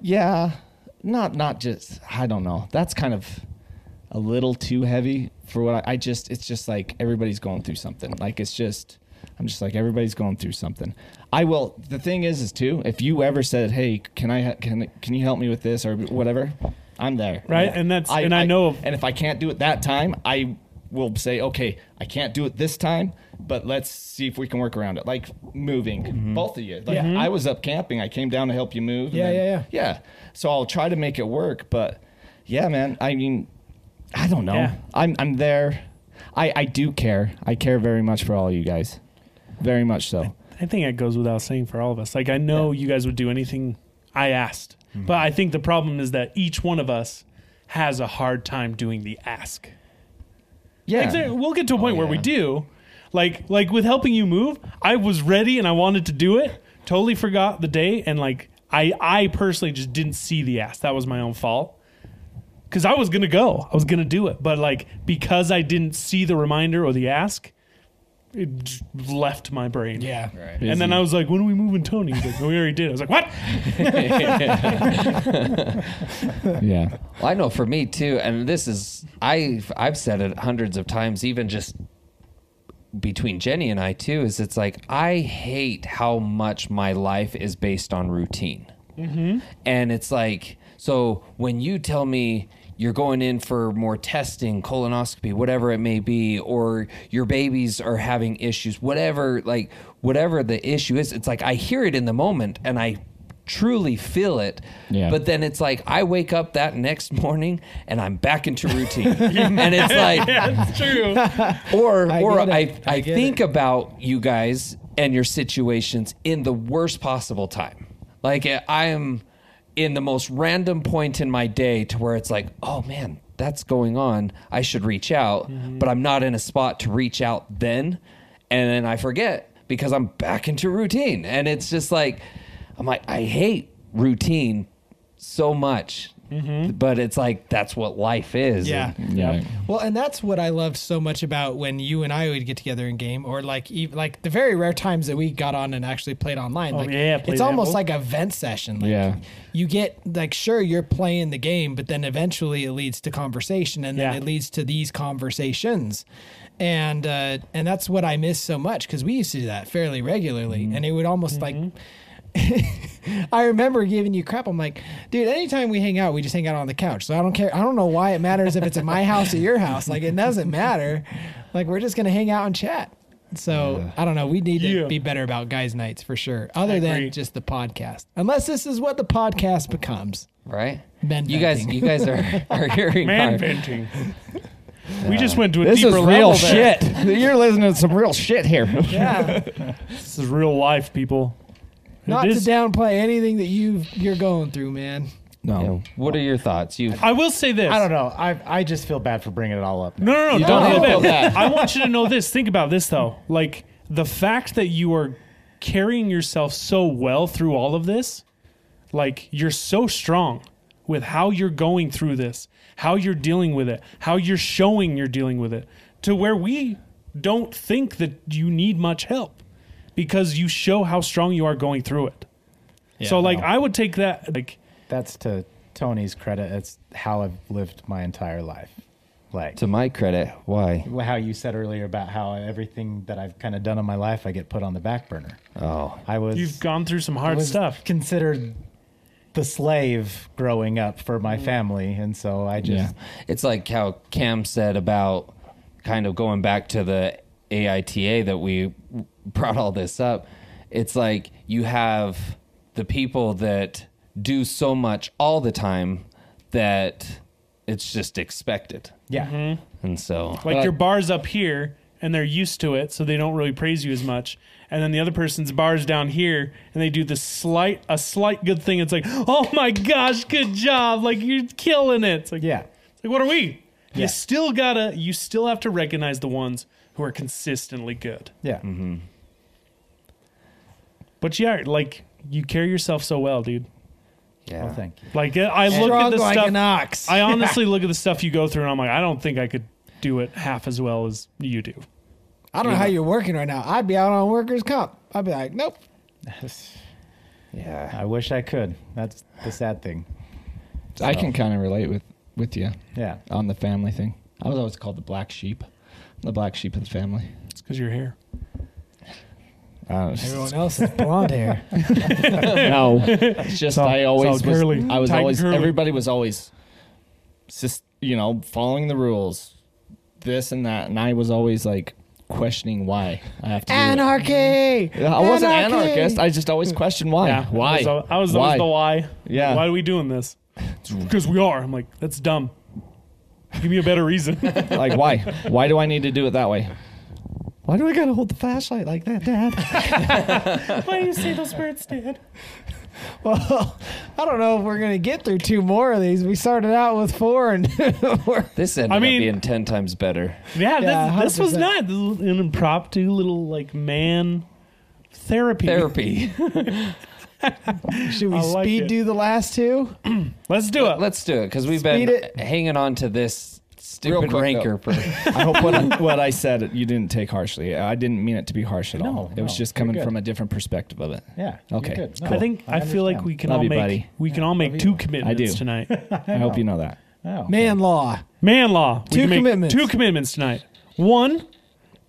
Speaker 3: yeah, not not just. I don't know. That's kind of a little too heavy for what I, I just. It's just like everybody's going through something. Like it's just. I'm just like everybody's going through something. I will. The thing is, is too. If you ever said, "Hey, can I ha- can can you help me with this or whatever," I'm there.
Speaker 2: Right, and that's- and I know of-
Speaker 3: And if I can't do it that time, I will say, okay, I can't do it this time, but let's see if we can work around it. Like moving,
Speaker 2: Mm-hmm.
Speaker 3: both of you. Like I was up camping, I came down to help you move. and
Speaker 1: Yeah, yeah,
Speaker 3: yeah. So I'll try to make it work, but yeah, man. I mean, I don't know.
Speaker 2: Yeah.
Speaker 3: I'm I'm there. I I do care. I care very much for all you guys, very much so.
Speaker 2: I think that goes without saying for all of us. Like I know you guys would do anything I asked, but I think the problem is that each one of us has a hard time doing the ask.
Speaker 3: Yeah. Oh,
Speaker 2: Exa- We'll get to a point where we
Speaker 3: yeah.
Speaker 2: do. Like like with helping you move, I was ready and I wanted to do it. Totally forgot the day and like I I personally just didn't see the ass. That was my own fault. Cuz I was going to go. I was going to do it, but like because I didn't see the reminder or the ask, it just left my brain.
Speaker 1: Yeah.
Speaker 2: And then I was like, "When are we moving Tony?" He's like, "No, we already did." I was like, "What?"
Speaker 3: Yeah.
Speaker 4: Well, I know for me too, and this is I've I've said it hundreds of times, even just between Jenny and I too, is it's like I hate how much my life is based on routine. And it's like, so when you tell me you're going in for more testing, colonoscopy, whatever it may be, or your babies are having issues, whatever, like, whatever the issue is, it's like I hear it in the moment and I truly feel it.
Speaker 3: Yeah.
Speaker 4: But then it's like I wake up that next morning and I'm back into routine. and it's like,
Speaker 2: That's true.
Speaker 4: or
Speaker 1: I
Speaker 4: or
Speaker 1: get it.
Speaker 4: I I,
Speaker 1: I get
Speaker 4: think about you guys and your situations in the worst possible time. Like I I am in the most random point in my day to where it's like, oh man, that's going on. I should reach out,
Speaker 1: Mm-hmm.
Speaker 4: but I'm not in a spot to reach out then, and then I forget because I'm back into routine, and it's just like I'm like I hate routine so much. But it's like that's what life is.
Speaker 1: Mm-hmm. Yeah.
Speaker 3: Yeah.
Speaker 1: Well, and that's what I loved so much about when you and I would get together in game, or like ev- like the very rare times that we got on and actually played online. like
Speaker 2: Oh, yeah, played
Speaker 1: it's almost
Speaker 2: Apple.
Speaker 1: like a vent session. Like,
Speaker 3: Yeah.
Speaker 1: you get like sure you're playing the game, but then eventually it leads to conversation, and then
Speaker 2: Yeah.
Speaker 1: it leads to these conversations, and
Speaker 2: Mm-hmm.
Speaker 1: uh, and that's what I miss so much because we used to do that fairly regularly, and it would almost like I remember giving you crap. I'm like, dude, anytime we hang out, we just hang out on the couch. So I don't care. I don't know why it matters if it's at my house or your house. Like, it doesn't matter. Like, we're just going to hang out and chat. So I don't know. We need
Speaker 2: Yeah.
Speaker 1: to be better about guys' nights for sure, other
Speaker 2: agree.
Speaker 1: than just the podcast. Unless this is what the podcast becomes.
Speaker 4: right?
Speaker 1: Men
Speaker 4: you guys,
Speaker 1: venting.
Speaker 4: you guys are are hearing
Speaker 2: Man
Speaker 4: our-
Speaker 2: venting. We just went to a
Speaker 3: This is
Speaker 2: deeper
Speaker 3: real
Speaker 2: level there.
Speaker 3: shit. You're listening to some real shit here.
Speaker 1: Yeah.
Speaker 2: This is real life, people. It
Speaker 1: Not to
Speaker 2: is-
Speaker 1: downplay anything that you you're going through, man.
Speaker 3: No.
Speaker 4: What are your thoughts? You
Speaker 2: I will say this.
Speaker 5: I don't know. I I just feel bad for bringing it all up.
Speaker 2: No, no, no.
Speaker 3: don't
Speaker 2: don't
Speaker 3: have to
Speaker 2: feel
Speaker 3: feel
Speaker 2: bad.
Speaker 3: bad.
Speaker 2: I want you to know this. Think about this though. Like the fact that you are carrying yourself so well through all of this, like you're so strong with how you're going through this, how you're dealing with it, how you're showing you're dealing with it, to where we don't think that you need much help because you show how strong you are going through it. so like I would take that like
Speaker 5: That's to Tony's credit. It's how I've lived my entire life. Like
Speaker 4: to my credit, why?
Speaker 5: how you said earlier about how everything that I've kind of done in my life, I get put on the back burner.
Speaker 4: Oh,
Speaker 5: I was
Speaker 2: you've gone through some hard
Speaker 5: was
Speaker 2: stuff.
Speaker 5: considered the slave growing up for my
Speaker 2: Mm-hmm.
Speaker 5: family, and so I just
Speaker 4: it's like how Cam said about kind of going back to the AITA that we brought all this up. It's like you have the people that do so much all the time that it's just expected.
Speaker 5: yeah.
Speaker 2: Mm-hmm.
Speaker 4: And so
Speaker 2: Like
Speaker 3: But-
Speaker 2: your bar's up here and they're used to it, so they don't really praise you as much. And then the other person's bar's down here and they do the slight a slight good thing. It's like, oh my gosh, good job. Like you're killing it. It's like
Speaker 5: Yeah.
Speaker 2: It's like what are we?
Speaker 5: Yeah.
Speaker 2: You still gotta you still have to recognize the ones who are consistently good.
Speaker 5: Yeah.
Speaker 4: Mm-hmm.
Speaker 2: But yeah, like you carry yourself so well, dude.
Speaker 4: yeah.
Speaker 5: Well, thank you.
Speaker 2: Like I look
Speaker 1: Strong
Speaker 2: at the
Speaker 1: like
Speaker 2: stuff.
Speaker 1: an ox.
Speaker 2: I honestly look at the stuff you go through and I'm like, I don't think I could do it half as well as you do.
Speaker 1: I don't know how you're working right now. I'd be out on workers' comp. I'd be like, nope.
Speaker 4: yeah.
Speaker 5: I wish I could. That's the sad thing.
Speaker 3: I can kind of relate with with you
Speaker 5: Yeah.
Speaker 3: on the family thing. I was always called the black sheep, the black sheep of the family.
Speaker 2: It's because you're here.
Speaker 3: Uh,
Speaker 1: Everyone else is blonde hair.
Speaker 3: no, it's just
Speaker 2: all-
Speaker 3: I
Speaker 2: it's
Speaker 3: always
Speaker 2: all
Speaker 3: was,
Speaker 2: curly.
Speaker 3: I was
Speaker 2: Tight and
Speaker 3: always
Speaker 2: curly.
Speaker 3: everybody was always just you know following the rules, this and that, and I was always like questioning why I have to. do it.
Speaker 1: Anarchy.
Speaker 3: I wasn't
Speaker 1: Anarchy!
Speaker 3: anarchist. I just always questioned why.
Speaker 2: Yeah.
Speaker 3: Why?
Speaker 2: I was, al- I was
Speaker 3: why?
Speaker 2: always the why.
Speaker 3: Yeah.
Speaker 2: Why are we doing this? Because we are. I'm like, that's dumb. Give me a better reason.
Speaker 3: like why? Why do I need to do it that way? Why do I gotta hold the flashlight like that, Dad?
Speaker 2: why do you say those words, Dad?
Speaker 1: Well, I don't know if we're gonna get through two more of these. We started out with four, and we're,
Speaker 4: This ended
Speaker 2: I mean-
Speaker 4: up being ten times better.
Speaker 2: Yeah,
Speaker 1: Yeah,
Speaker 2: this, this was
Speaker 1: 100%.
Speaker 2: not this was an impromptu little like man therapy.
Speaker 4: Therapy.
Speaker 1: should we
Speaker 2: I like
Speaker 1: speed
Speaker 2: it.
Speaker 1: do the last two?
Speaker 2: Let's do it.
Speaker 4: Let's do it because we've
Speaker 1: Speed
Speaker 4: been
Speaker 1: it.
Speaker 4: hanging on to this
Speaker 3: Real
Speaker 4: stupid
Speaker 3: quick,
Speaker 4: ranker for
Speaker 3: I hope what, what I said you didn't take harshly. I didn't mean it to be harsh at all.
Speaker 5: No,
Speaker 3: it was
Speaker 5: no,
Speaker 3: just
Speaker 5: you're
Speaker 3: coming
Speaker 5: good.
Speaker 3: from a different perspective of it.
Speaker 5: Yeah.
Speaker 3: Okay,
Speaker 5: you're good. No,
Speaker 2: I think I, feel like we can
Speaker 3: Love
Speaker 2: all
Speaker 3: you,
Speaker 2: make
Speaker 3: buddy.
Speaker 2: we can all make
Speaker 5: love
Speaker 2: two
Speaker 5: you.
Speaker 2: commitments
Speaker 3: do.
Speaker 2: tonight.
Speaker 3: I hope you know that.
Speaker 5: understand. No.
Speaker 1: Man law.
Speaker 2: Man law. We
Speaker 1: Two
Speaker 2: can make
Speaker 1: commitments.
Speaker 2: Two commitments tonight. One,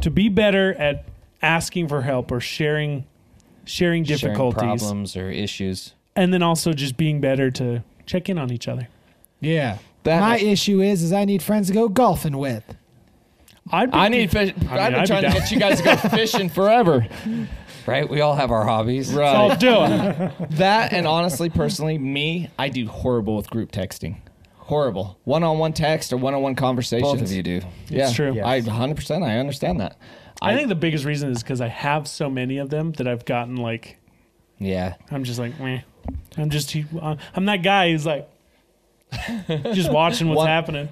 Speaker 2: to be better at asking for help or sharing sharing
Speaker 4: sharing
Speaker 2: difficulties.
Speaker 4: problems or issues.
Speaker 2: and then also just being better to check in on each other.
Speaker 1: Yeah.
Speaker 3: That-
Speaker 1: My issue is, is I need friends to go golfing with.
Speaker 2: I'd be
Speaker 3: I need fish. I
Speaker 2: mean,
Speaker 3: have
Speaker 2: I'd
Speaker 3: been
Speaker 2: be
Speaker 3: trying to
Speaker 2: down.
Speaker 3: get you guys to go fishing forever.
Speaker 4: Right? We all have our hobbies.
Speaker 2: I'll
Speaker 3: Right.
Speaker 2: Oh, do it.
Speaker 3: That and honestly, personally, me, I do horrible with group texting. Horrible. One-on-one text or one-on-one conversations.
Speaker 4: Both of you do.
Speaker 3: Yeah,
Speaker 2: It's true.
Speaker 3: I 100%. I understand that.
Speaker 2: I think the biggest reason is because I have so many of them that I've gotten like
Speaker 4: Yeah.
Speaker 2: I'm just like meh. I'm just uh, I'm that guy who's like just watching what's
Speaker 3: One-
Speaker 2: happening.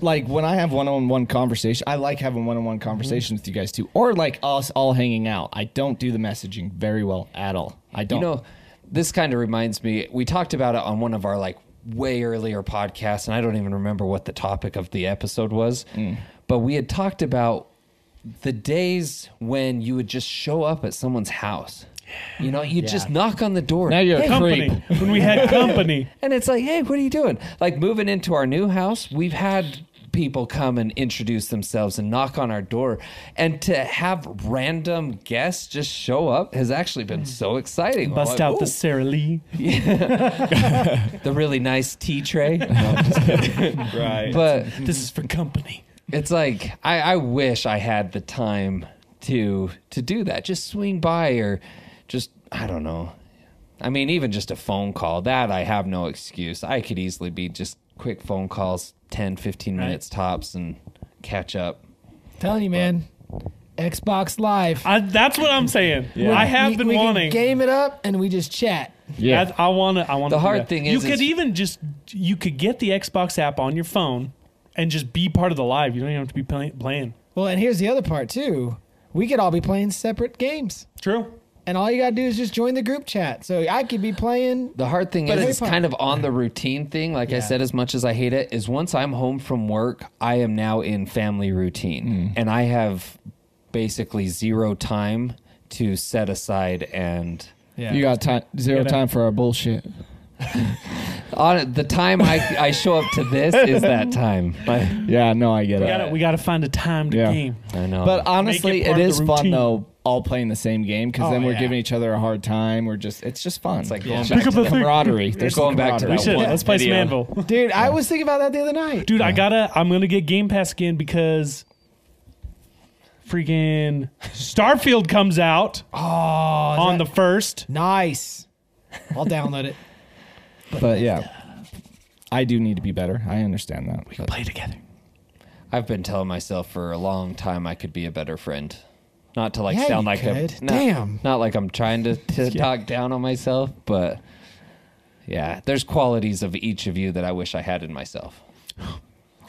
Speaker 3: like when I have one-on-one conversation, I like having one-on-one conversation with you guys too, or like us all hanging out. I don't do the messaging very well at all. I don't.
Speaker 4: You know, this kind of reminds me. We talked about it on one of our like way earlier podcasts, and I don't even remember what the topic of the episode was.
Speaker 3: Mm.
Speaker 4: But we had talked about the days when you would just show up at someone's house. You know, you would just knock on the door.
Speaker 3: now you're a
Speaker 2: Company.
Speaker 3: creep.
Speaker 2: When we had company,
Speaker 4: And it's like, hey, what are you doing? Like moving into our new house, we've had people come and introduce themselves and knock on our door. And to have random guests just show up has actually been so exciting.
Speaker 2: Mm. Bust
Speaker 4: Like,
Speaker 2: out the
Speaker 4: "Ooh,
Speaker 2: Sara Lee.
Speaker 4: the really nice tea tray.
Speaker 3: Right.
Speaker 4: but
Speaker 2: This is for company.
Speaker 4: it's like I, I wish I had the time to to do that. Just swing by or just I don't know. I mean, even just a phone call, that I have no excuse. I could easily be just quick phone calls, 10, 15 minutes tops, and catch up.
Speaker 1: Telling you, man. Xbox Live.
Speaker 2: I, that's what I'm saying. I have
Speaker 1: We-
Speaker 2: been
Speaker 1: we can
Speaker 2: wanting.
Speaker 1: game it up and we just chat.
Speaker 3: yeah.
Speaker 2: That- I want to. I want
Speaker 4: The hard thing
Speaker 2: you
Speaker 4: is-
Speaker 2: could
Speaker 4: is-
Speaker 2: even just you could get the Xbox app on your phone and just be part of the live. You don't even have to be play, playing.
Speaker 1: Well, and here's the other part too. We could all be playing separate games,
Speaker 2: True.
Speaker 1: and all you gotta do is just join the group chat. So I could be playing.
Speaker 4: The hard thing
Speaker 1: But
Speaker 4: is,
Speaker 1: hey,
Speaker 4: it's
Speaker 1: Pop.
Speaker 4: kind of on the routine thing. Like I said, as much as I hate it, is once I'm home from work, I am now in family routine, and I have basically zero time to set aside and.
Speaker 1: Yeah.
Speaker 3: You got time, zero
Speaker 2: Gotta-
Speaker 3: time for our bullshit.
Speaker 4: On the time I, I show up to this is that time. I,
Speaker 3: Yeah, no, I get
Speaker 2: We
Speaker 3: it.
Speaker 2: gotta we gotta find a time to
Speaker 3: Yeah.
Speaker 2: game.
Speaker 4: I know.
Speaker 3: But honestly,
Speaker 2: Make it
Speaker 3: it
Speaker 2: part of
Speaker 3: is
Speaker 2: the
Speaker 3: fun
Speaker 2: routine.
Speaker 3: though. All playing the same game because
Speaker 2: Oh,
Speaker 3: then we're
Speaker 2: yeah.
Speaker 3: giving each other a hard time. We're just it's just fun. It's
Speaker 4: like
Speaker 3: yeah.
Speaker 4: going
Speaker 3: Back
Speaker 2: back
Speaker 3: to
Speaker 2: to the-
Speaker 3: camaraderie. There's
Speaker 4: going back to
Speaker 3: camaraderie.
Speaker 4: that
Speaker 2: We should.
Speaker 4: one
Speaker 2: Let's play some
Speaker 4: video.
Speaker 2: Anvil.
Speaker 1: Dude, I was thinking about that the other night.
Speaker 2: Dude, I gotta. I'm gonna get Game Pass again because freaking Starfield comes out
Speaker 1: oh,
Speaker 2: on the first.
Speaker 1: Nice. I'll download it.
Speaker 3: But yeah, I do need to be better. I understand that. But
Speaker 2: Play together.
Speaker 4: I've been telling myself for a long time I could be a better friend. Not to like
Speaker 1: Yeah,
Speaker 4: sound
Speaker 1: you
Speaker 4: like
Speaker 1: could.
Speaker 4: a not,
Speaker 1: Damn.
Speaker 4: Not like I'm trying to, to talk down on myself, but yeah, there's qualities of each of you that I wish I had in myself.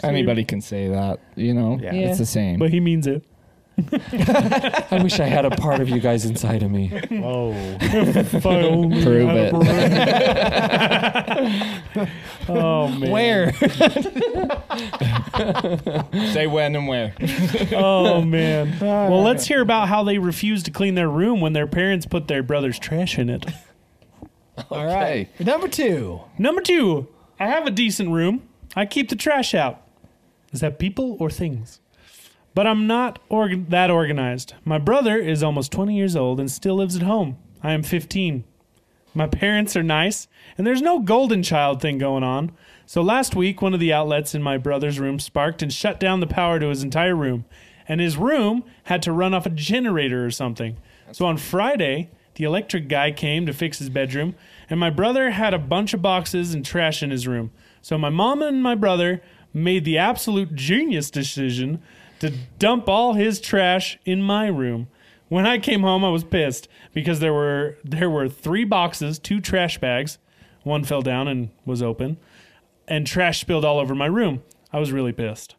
Speaker 3: anybody can say that. You know,
Speaker 5: Yeah.
Speaker 3: it's the same.
Speaker 2: But he means it.
Speaker 4: I wish I had a part of you guys inside of me.
Speaker 5: Whoa.
Speaker 2: If I only
Speaker 3: Prove
Speaker 2: had a
Speaker 3: it.
Speaker 2: brain. oh man.
Speaker 1: Where?
Speaker 3: say when and where.
Speaker 2: Oh man. Well, let's hear about how they refused to clean their room when their parents put their brother's trash in it.
Speaker 1: All right. Number two.
Speaker 2: Number two, I have a decent room. I keep the trash out. Is that people or things? But I'm not org- that organized. My brother is almost 20 years old and still lives at home. I am 15. My parents are nice, and there's no golden child thing going on. So last week, one of the outlets in my brother's room sparked and shut down the power to his entire room, and his room had to run off a generator or something. So on Friday, the electric guy came to fix his bedroom, and my brother had a bunch of boxes and trash in his room. So my mom and my brother made the absolute genius decision to dump all his trash in my room. When I came home, I was pissed because there were there were three boxes, two trash bags, one fell down and was open, and trash spilled all over my room. I was really pissed.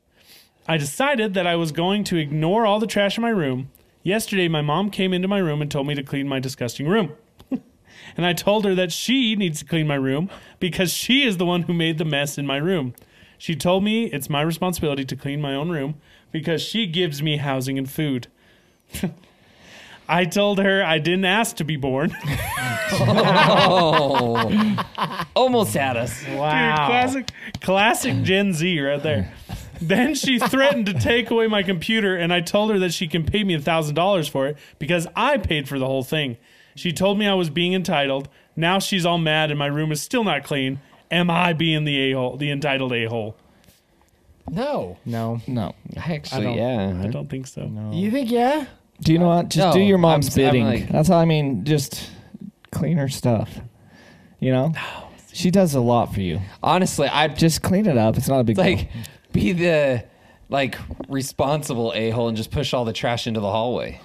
Speaker 2: I decided that I was going to ignore all the trash in my room. Yesterday, my mom came into my room and told me to clean my disgusting room. and I told her that she needs to clean my room because she is the one who made the mess in my room. She told me it's my responsibility to clean my own room because she gives me housing and food. I told her I didn't ask to be born.
Speaker 4: Almost had us.
Speaker 5: Wow.
Speaker 2: Dude, classic, classic Gen Z right there. then she threatened to take away my computer, and I told her that she can pay me thousand dollars for it because I paid for the whole thing. She told me I was being entitled. Now she's all mad, and my room is still not clean. Am I being the a hole, the entitled a hole?
Speaker 1: No.
Speaker 5: No.
Speaker 3: No.
Speaker 4: I actually,
Speaker 5: don't-
Speaker 2: I
Speaker 4: yeah.
Speaker 2: don't think so.
Speaker 1: You think yeah?
Speaker 3: Do you know what? Just
Speaker 4: No,
Speaker 3: do your
Speaker 4: I'm-
Speaker 3: mom's
Speaker 4: I'm
Speaker 3: bidding.
Speaker 4: like-
Speaker 3: That's all I mean. Just clean her stuff. You know, she does a lot for you.
Speaker 4: Honestly, I'd
Speaker 3: Just clean it up. It's not a big deal.
Speaker 4: like be the like responsible a hole and just push all the trash into the hallway.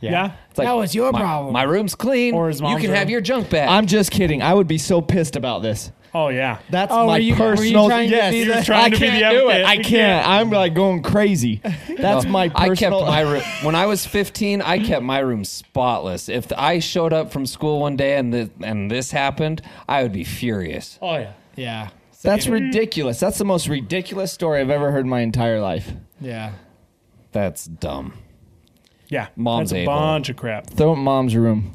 Speaker 2: Yeah.
Speaker 4: It's like,
Speaker 1: That was your
Speaker 4: my,
Speaker 1: problem.
Speaker 4: My room's clean.
Speaker 2: Or his
Speaker 4: you
Speaker 2: mom's
Speaker 4: can
Speaker 2: room.
Speaker 4: have your junk back.
Speaker 3: I'm just kidding. I would be so pissed about this.
Speaker 2: Oh yeah.
Speaker 3: That's
Speaker 1: Oh,
Speaker 3: my
Speaker 1: were you- were you
Speaker 3: personal.
Speaker 1: trying to
Speaker 3: yes,
Speaker 1: be You're the-
Speaker 2: trying
Speaker 3: I
Speaker 2: to be
Speaker 3: can't
Speaker 2: the
Speaker 3: do it.
Speaker 2: advocate.
Speaker 3: I
Speaker 2: You
Speaker 3: can't.
Speaker 2: can't.
Speaker 3: I'm like going crazy. That's my
Speaker 4: I
Speaker 3: personal.
Speaker 4: kept my room when I was 15. I kept my room spotless. If I showed up from school one day and the, and this happened, I would be furious.
Speaker 2: Oh yeah.
Speaker 1: Yeah.
Speaker 3: That's ridiculous. That's the most ridiculous story I've ever heard in my entire life.
Speaker 1: Yeah.
Speaker 4: That's dumb.
Speaker 2: Yeah.
Speaker 4: Mom's
Speaker 2: That's a
Speaker 4: a-hole.
Speaker 2: bunch of crap.
Speaker 3: Throw it in mom's room.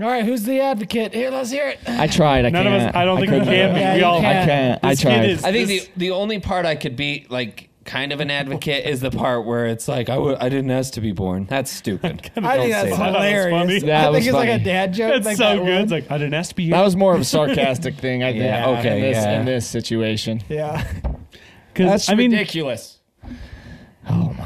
Speaker 1: All right, who's the advocate? Here, let's hear it.
Speaker 3: I tried. I
Speaker 2: None of
Speaker 3: can't.
Speaker 2: us. I don't think we
Speaker 3: couldn't.
Speaker 2: can. because
Speaker 1: Yeah,
Speaker 2: we
Speaker 1: you
Speaker 2: all.
Speaker 3: I
Speaker 1: can't.
Speaker 3: can't. I
Speaker 2: This kid
Speaker 3: tried.
Speaker 2: is-
Speaker 4: I think
Speaker 2: This-
Speaker 4: the the only part I could be like kind of an advocate is the part where it's like I w- I didn't ask to be born. That's stupid.
Speaker 1: I think that's
Speaker 2: that.
Speaker 1: hilarious.
Speaker 2: That was funny.
Speaker 3: That
Speaker 1: I think
Speaker 3: was
Speaker 1: it's like
Speaker 3: funny.
Speaker 1: a dad joke.
Speaker 2: That's
Speaker 1: like
Speaker 2: so
Speaker 1: that
Speaker 2: good.
Speaker 1: one.
Speaker 2: It's like I didn't ask to be
Speaker 3: That
Speaker 2: here.
Speaker 3: was more of a sarcastic thing, I think.
Speaker 4: Yeah, okay,
Speaker 3: in this,
Speaker 4: yeah.
Speaker 3: in this situation,
Speaker 1: Yeah.
Speaker 2: 'Cause,
Speaker 3: that's
Speaker 2: I mean,
Speaker 3: ridiculous.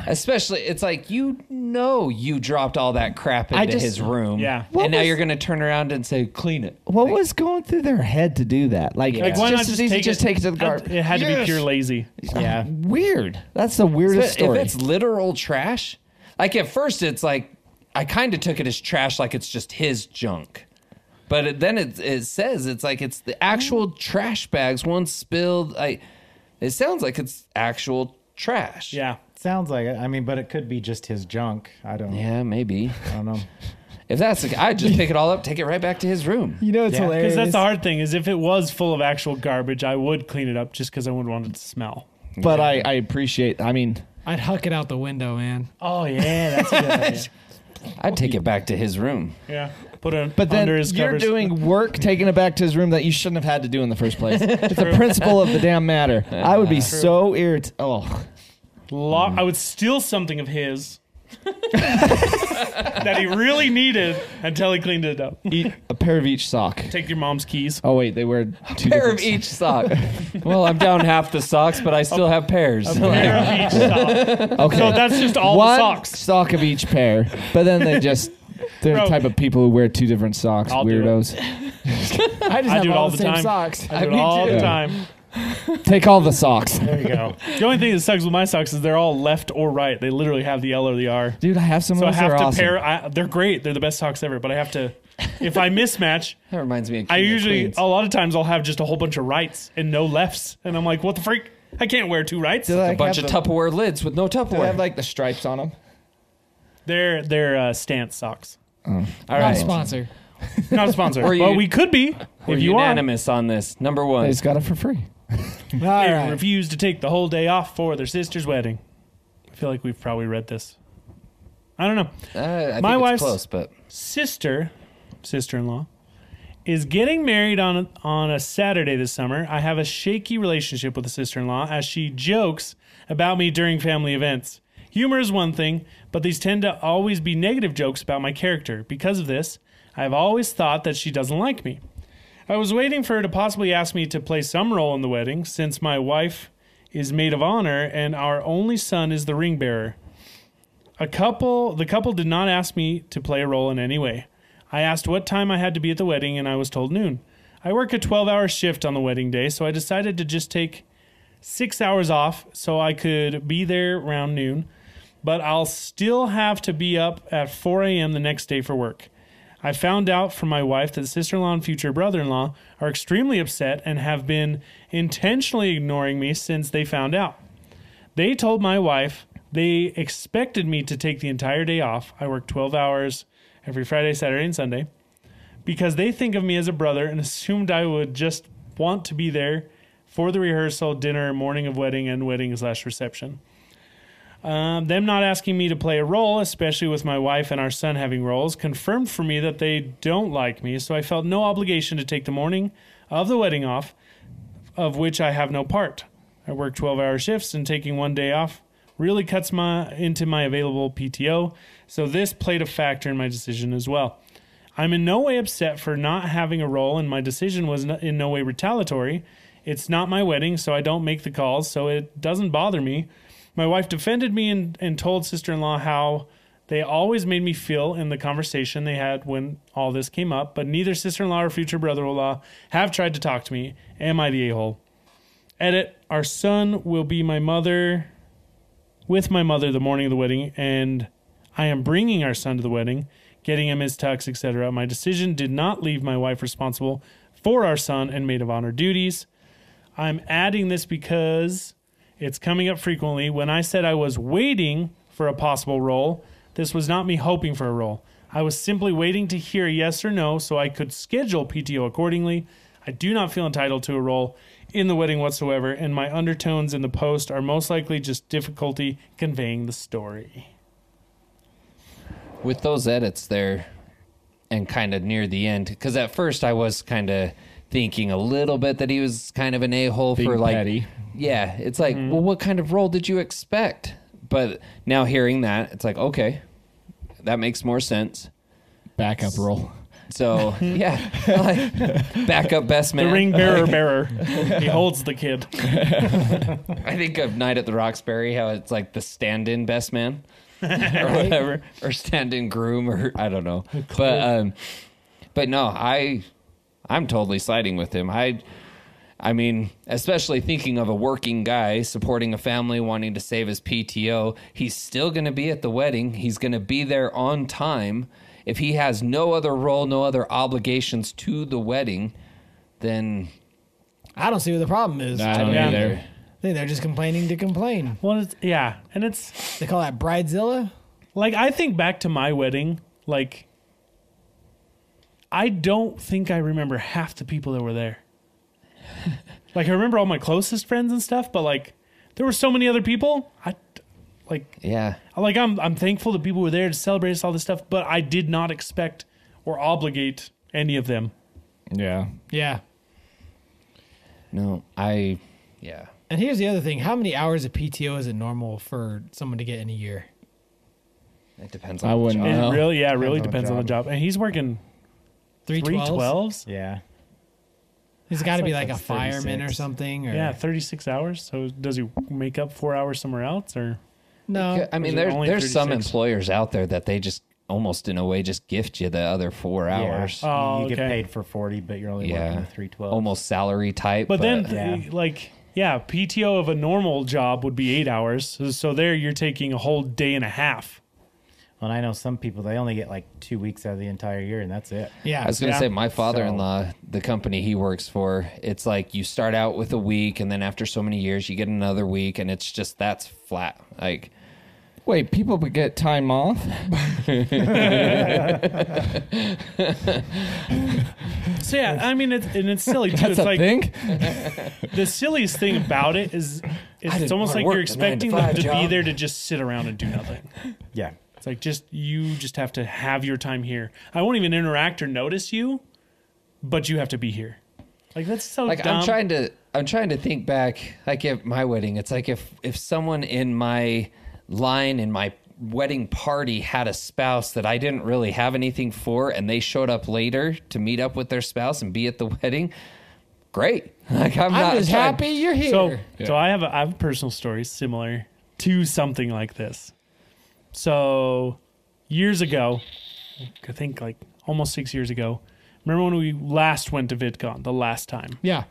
Speaker 4: Especially, it's like you know you dropped all that crap
Speaker 3: I
Speaker 4: into
Speaker 3: just-
Speaker 4: his room,
Speaker 2: Yeah.
Speaker 4: and
Speaker 3: What
Speaker 4: now
Speaker 3: was-
Speaker 4: you're gonna turn around and say clean it.
Speaker 3: What was going through their head to do that? Like,
Speaker 4: Like,
Speaker 3: it's
Speaker 2: why
Speaker 3: just
Speaker 2: not
Speaker 3: as
Speaker 2: just
Speaker 3: easy
Speaker 2: take
Speaker 3: just
Speaker 2: it-
Speaker 3: take it to the
Speaker 2: that-
Speaker 3: garbage.
Speaker 2: it had to be pure lazy.
Speaker 5: Yeah.
Speaker 3: Weird. That's the weirdest
Speaker 4: But
Speaker 3: story.
Speaker 4: if it's literal trash, like at first it's like I kind of took it as trash, like it's just his junk. But it, then it it says it's like it's the actual trash bags once spilled. Like it sounds like it's actual trash.
Speaker 2: Yeah.
Speaker 5: Sounds like it. I mean, but it could be just his junk. I don't.
Speaker 4: Yeah, maybe.
Speaker 5: I don't know.
Speaker 4: If that's the, I'd just pick it all up, take it right back to his room.
Speaker 1: You know it's
Speaker 5: Yeah, 'cause
Speaker 1: hilarious.
Speaker 2: Because that's the hard thing is if it was full of actual garbage, I would clean it up just because I wouldn't want it to smell.
Speaker 3: but I, I appreciate. I mean,
Speaker 1: I'd huck it out the window, man.
Speaker 5: Oh yeah, that's a good idea.
Speaker 4: I'd take it back to his room.
Speaker 2: Yeah. Put it
Speaker 3: but then
Speaker 2: under his
Speaker 3: you're
Speaker 2: covers.
Speaker 3: doing work, taking it back to his room that you shouldn't have had to do in the first place. it's the principle of the damn matter. I would be so irritated. Oh,
Speaker 2: Lo- I would steal something of his that he really needed until he cleaned it up.
Speaker 3: eat a pair of each sock.
Speaker 2: Take your mom's keys.
Speaker 3: Oh wait, they wear two
Speaker 4: Pair of
Speaker 3: different-
Speaker 4: each sock. well, I'm down half the socks, but I still have pairs.
Speaker 3: Oh.
Speaker 2: Pair of each sock.
Speaker 3: Okay,
Speaker 2: So that's just all the
Speaker 3: one
Speaker 2: socks.
Speaker 3: sock of each pair. But then they just. They're
Speaker 2: Bro.
Speaker 3: the type of people who wear two different socks,
Speaker 2: I'll do it.
Speaker 3: weirdos.
Speaker 1: I just
Speaker 2: I
Speaker 1: have
Speaker 2: do it
Speaker 1: all,
Speaker 2: all
Speaker 1: the,
Speaker 2: the
Speaker 1: same
Speaker 2: time.
Speaker 1: socks.
Speaker 2: I do it all
Speaker 3: too.
Speaker 2: the time.
Speaker 3: Take all the socks.
Speaker 5: There you go.
Speaker 2: The only thing that sucks with my socks is they're all left or right. They literally have the L or the R.
Speaker 3: Dude, I have some
Speaker 2: So I
Speaker 3: of those. They're
Speaker 2: have to
Speaker 3: awesome.
Speaker 2: pair. I, they're great. They're the best socks ever. But I have to. If I mismatch,
Speaker 4: That reminds me. Of King
Speaker 2: I
Speaker 4: of
Speaker 2: usually
Speaker 4: Queens.
Speaker 2: a lot of times I'll have just a whole bunch of rights and no lefts, and I'm like, what the freak? I can't wear two rights.
Speaker 3: Do they
Speaker 4: a bunch of
Speaker 3: have
Speaker 4: Tupperware lids with no
Speaker 3: the- do they
Speaker 4: Tupperware.
Speaker 3: have like the stripes on them?
Speaker 2: They're they're uh, stance socks.
Speaker 4: All
Speaker 1: Not a
Speaker 4: right.
Speaker 1: sponsor.
Speaker 2: Not a sponsor.
Speaker 4: Or
Speaker 2: Well,
Speaker 4: you-
Speaker 2: we could be
Speaker 4: We're
Speaker 2: if you want.
Speaker 4: unanimous on this. Number one.
Speaker 3: They just got it for free.
Speaker 1: All
Speaker 2: They
Speaker 1: right.
Speaker 2: refused to take the whole day off for their sister's wedding. I feel like we've probably read this. I don't know.
Speaker 4: Uh, I
Speaker 2: My
Speaker 4: think
Speaker 2: wife's-
Speaker 4: it's close, but
Speaker 2: sister, sister-in-law, is getting married on a, on a Saturday this summer. I have a shaky relationship with the sister-in-law as she jokes about me during family events. Humor is one thing, but these tend to always be negative jokes about my character. Because of this, I've always thought that she doesn't like me. I was waiting for her to possibly ask me to play some role in the wedding since my wife is maid of honor and our only son is the ring bearer. A couple, the couple did not ask me to play a role in any way. I asked what time I had to be at the wedding, and I was told noon. I work a 12 hour shift on the wedding day, so I decided to just take six hours off so I could be there around noon, but I'll still have to be up at 4 a.m. the next day for work. I found out from my wife that sister in law and future brother in law are extremely upset and have been intentionally ignoring me since they found out. They told my wife they expected me to take the entire day off. I work 12 hours every Friday, Saturday, and Sunday because they think of me as a brother and assumed I would just want to be there for the rehearsal, dinner, morning of wedding, and wedding slash reception. Um, them not asking me to play a role, especially with my wife and our son having roles, confirmed for me that they don't like me, so I felt no obligation to take the morning of the wedding off, of which I have no part. I work 12 hour shifts and taking one day off really cuts my into my available PTO, so this played a factor in my decision as well. I'm in no way upset for not having a role, and my decision was no- in no way retaliatory. It's not my wedding, so I don't make the calls, so it doesn't bother me. My wife defended me and, and told sister in law how they always made me feel in the conversation they had when all this came up, but neither sister in law or future brother in law have tried to talk to me. Am I the a hole? Edit Our son will be my mother with my mother the morning of the wedding, and I am bringing our son to the wedding, getting him his tux, etc. My decision did not leave my wife responsible for our son and maid of honor duties. I'm adding this because it's coming up frequently. When I said I was waiting for a possible role, this was not me hoping for a role. I was simply waiting to hear a yes or no so I could schedule PTO accordingly. I do not feel entitled to a role in the wedding whatsoever, and my undertones in the post are most likely just difficulty conveying the story.
Speaker 4: with those edits there, and kind of near the end, because at first I was kind of thinking a little bit that he was kind of an a hole for like,
Speaker 3: petty.
Speaker 4: yeah, it's like,
Speaker 2: Mm-hmm.
Speaker 4: well, what kind of role did you expect? But now hearing that, it's like, okay, that makes more sense.
Speaker 3: Backup role.
Speaker 4: So yeah, like backup best man.
Speaker 2: The ring bearer bearer. He holds the kid.
Speaker 4: I think of Night at the Roxbury, how it's like the stand-in best man or whatever, or stand-in groom, or I don't know. But um, but no, I I'm totally siding with him. I I mean, especially thinking of a working guy supporting a family, wanting to save his PTO, he's still going to be at the wedding. He's going to be there on time. If he has no other role, no other obligations to the wedding, then
Speaker 1: I don't see what the problem is.
Speaker 3: I don't
Speaker 2: Yeah.
Speaker 3: either.
Speaker 1: I think they're just complaining to complain.
Speaker 2: Well, it's, yeah, and it's
Speaker 1: They call that bridezilla.
Speaker 2: like I think back to my wedding. Like, I don't think I remember half the people that were there. like I remember all my closest friends and stuff, but like there were so many other people. I like
Speaker 4: yeah,
Speaker 2: like I'm I'm thankful that people were there to celebrate us all this stuff, but I did not expect or obligate any of them.
Speaker 3: Yeah.
Speaker 1: Yeah.
Speaker 4: no, I yeah.
Speaker 1: And here's the other thing: how many hours of PTO is it normal for someone to get in a year?
Speaker 4: It depends on
Speaker 3: I
Speaker 4: the
Speaker 3: wouldn't
Speaker 4: job.
Speaker 2: It
Speaker 3: know.
Speaker 2: really, yeah, it really
Speaker 5: Oh, Depends
Speaker 2: depends
Speaker 5: on
Speaker 2: on
Speaker 5: the
Speaker 2: the job. And he's working
Speaker 1: Three
Speaker 2: three
Speaker 1: twelve.
Speaker 2: twelves.
Speaker 5: Yeah.
Speaker 1: He's got to be
Speaker 5: like
Speaker 1: like a
Speaker 5: that's
Speaker 1: fireman or
Speaker 5: 36.
Speaker 1: something. Or
Speaker 2: Yeah, thirty six hours. So does he make up four hours somewhere else, or
Speaker 1: no,
Speaker 4: I mean,
Speaker 2: it
Speaker 4: there's
Speaker 2: only
Speaker 4: there's some
Speaker 2: 36?
Speaker 4: employers out there that they just almost in a way just gift you the other four hours.
Speaker 5: Yeah.
Speaker 4: Yeah.
Speaker 2: Oh,
Speaker 5: you get
Speaker 2: okay.
Speaker 5: paid for 40, but you're only working three twelve.
Speaker 4: almost salary type.
Speaker 2: But then,
Speaker 5: Yeah.
Speaker 2: like, yeah, PTO of a normal job would be eight hours. So, so there, you're taking a whole day and a half.
Speaker 5: And I know some people they only get like two weeks out of the entire year, and that's it.
Speaker 1: yeah,
Speaker 4: I was gonna
Speaker 2: Yeah.
Speaker 4: say my father-in-law, the company he works for, it's like you start out with a week, and then after so many years, you get another week, and it's just that's flat. Like,
Speaker 3: Wait, people would get time off?
Speaker 2: So yeah, I mean, it's and it's silly too.
Speaker 3: That's
Speaker 2: it's
Speaker 3: a
Speaker 2: like
Speaker 3: thing?
Speaker 2: the silliest thing about it is, it's,
Speaker 4: didn't
Speaker 2: almost like
Speaker 4: wanna work
Speaker 2: you're
Speaker 4: the nine to
Speaker 2: expecting
Speaker 4: five
Speaker 2: them to be
Speaker 4: job.
Speaker 2: there to just sit around and do nothing.
Speaker 5: Yeah.
Speaker 2: It's like just you just have to have your time here. I won't even interact or notice you, but you have to be here. Like that's so
Speaker 4: like
Speaker 2: dumb.
Speaker 4: I'm trying to I'm trying to think back like at my wedding it's like if if someone in my line in my wedding party had a spouse that I didn't really have anything for and they showed up later to meet up with their spouse and be at the wedding great like I'm,
Speaker 1: I'm
Speaker 4: not
Speaker 1: just
Speaker 4: trying-
Speaker 1: happy you're here.
Speaker 2: So, so I have a, I have a personal story similar to something like this. So, years ago, I think like almost six years ago. Remember when we last went to VidCon the last time?
Speaker 1: yeah,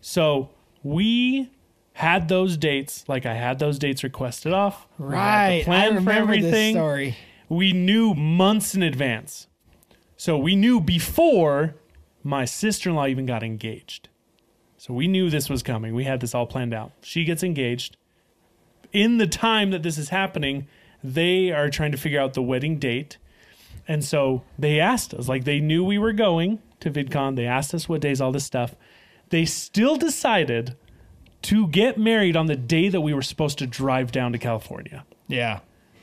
Speaker 2: So we had those dates, like I had those dates requested off. We had the
Speaker 1: right. I
Speaker 2: plan for
Speaker 1: remember this
Speaker 2: everything
Speaker 1: story.
Speaker 2: we knew months in advance. So we knew before my sister in law even got engaged. So we knew this was coming. We had this all planned out. She gets engaged. In the time that this is happening, they are trying to figure out the wedding date. And so they asked us, like they knew we were going to VidCon. They asked us what days, all this stuff. They still decided to get married on the day that we were supposed to drive down to California.
Speaker 1: Yeah,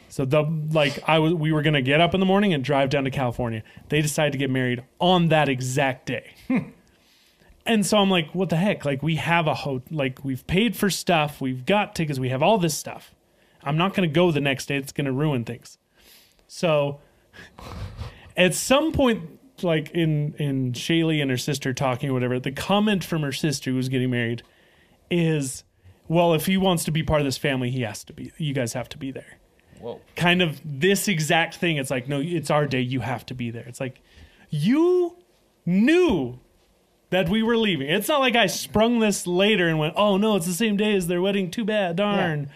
Speaker 2: So the like I was we were gonna get up in the morning and drive down to California. They decided to get married on that exact day. and so I'm like, what the heck? Like we have a ho- like we've paid for stuff, we've got tickets, we have all this stuff. I'm not gonna go the next day. It's gonna ruin things. So at some point, like in in Shaylee and her sister talking or whatever, the comment from her sister who was getting married is, well, if he wants to be part of this family, he has to be. You guys have to be there kind of this exact thing. It's like, no, it's our day. You have to be there. It's like, you knew that we were leaving. It's not like I sprung this later and went, oh no, it's the same day as their wedding. Too bad. Darn.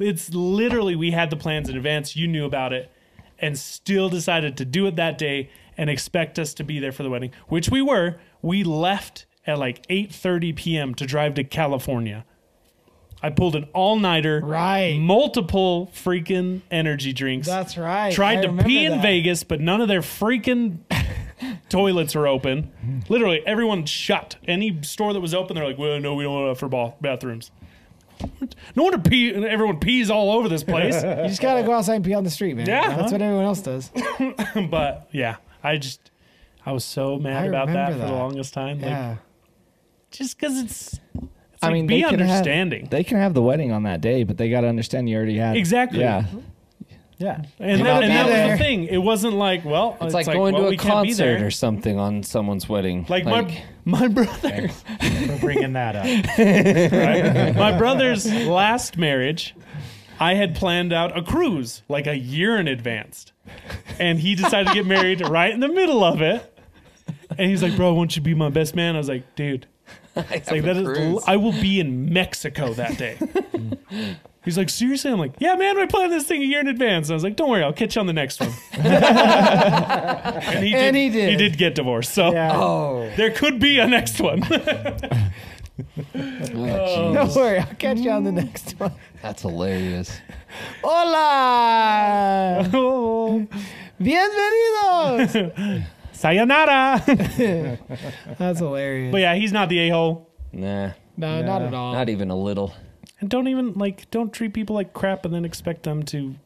Speaker 2: It's literally, we had the plans in advance. You knew about it and still decided to do it that day and expect us to be there for the wedding, which we were. We left at like 8:30 p.m. to drive to California. I pulled an all-nighter,
Speaker 1: Right.
Speaker 2: multiple freaking energy drinks.
Speaker 1: that's right. I
Speaker 2: Tried to
Speaker 1: remember
Speaker 2: pee in
Speaker 1: that.
Speaker 2: Vegas, but none of their freaking toilets were open. Literally, everyone shut. Any store that was open, they're like, "Well, no, we don't want for ball bathrooms." No wonder pee. Everyone pees all over this place.
Speaker 1: You just gotta go outside and pee on the street, man.
Speaker 2: Yeah.
Speaker 1: that's what everyone else does.
Speaker 2: but yeah, I just I was so mad
Speaker 1: I
Speaker 2: about that,
Speaker 1: remember
Speaker 2: for the
Speaker 1: that.
Speaker 2: longest time. Like,
Speaker 1: Yeah.
Speaker 2: just because it's, it's
Speaker 3: I
Speaker 2: like,
Speaker 3: mean,
Speaker 2: be
Speaker 3: they can have-
Speaker 2: understanding.
Speaker 3: they can have the wedding on that day, but they got to understand you already had
Speaker 2: Exactly.
Speaker 3: Yeah,
Speaker 5: Yeah.
Speaker 2: and
Speaker 1: gotta
Speaker 2: that, and
Speaker 1: be
Speaker 2: that
Speaker 1: there.
Speaker 2: was the thing. It wasn't like, well,
Speaker 4: It's, like, going
Speaker 2: well,
Speaker 4: to
Speaker 2: we
Speaker 4: a
Speaker 2: can't be
Speaker 4: concert
Speaker 2: there.
Speaker 4: or something on someone's wedding.
Speaker 2: Like, my my brother,
Speaker 5: For bringing that up.
Speaker 2: right? my brother's last marriage, I had planned out a cruise like a year in advance, and he decided to get married right in the middle of it. And he's like, "Bro, won't you be my best man?" I was like, "Dude,
Speaker 4: it's
Speaker 2: Like that is, I will be in Mexico that day. He's like, seriously? I'm like, yeah, man, we planned this thing a year in advance. I was like, don't worry, I'll catch you on the next one. and, he,
Speaker 1: And
Speaker 2: did,
Speaker 1: he did.
Speaker 2: get divorced, so
Speaker 5: Yeah.
Speaker 4: oh,
Speaker 2: there could be a next one. Oh.
Speaker 1: Don't worry, I'll catch you on the
Speaker 2: Mm.
Speaker 1: next one.
Speaker 4: that's hilarious.
Speaker 1: Hola,
Speaker 2: oh.
Speaker 1: bienvenidos.
Speaker 2: Sayonara.
Speaker 1: That's hilarious.
Speaker 2: but yeah, he's not the a hole.
Speaker 4: Nah,
Speaker 1: no, not at all.
Speaker 4: not e- even a little.
Speaker 2: And don't even like, don't treat people like crap and then expect them to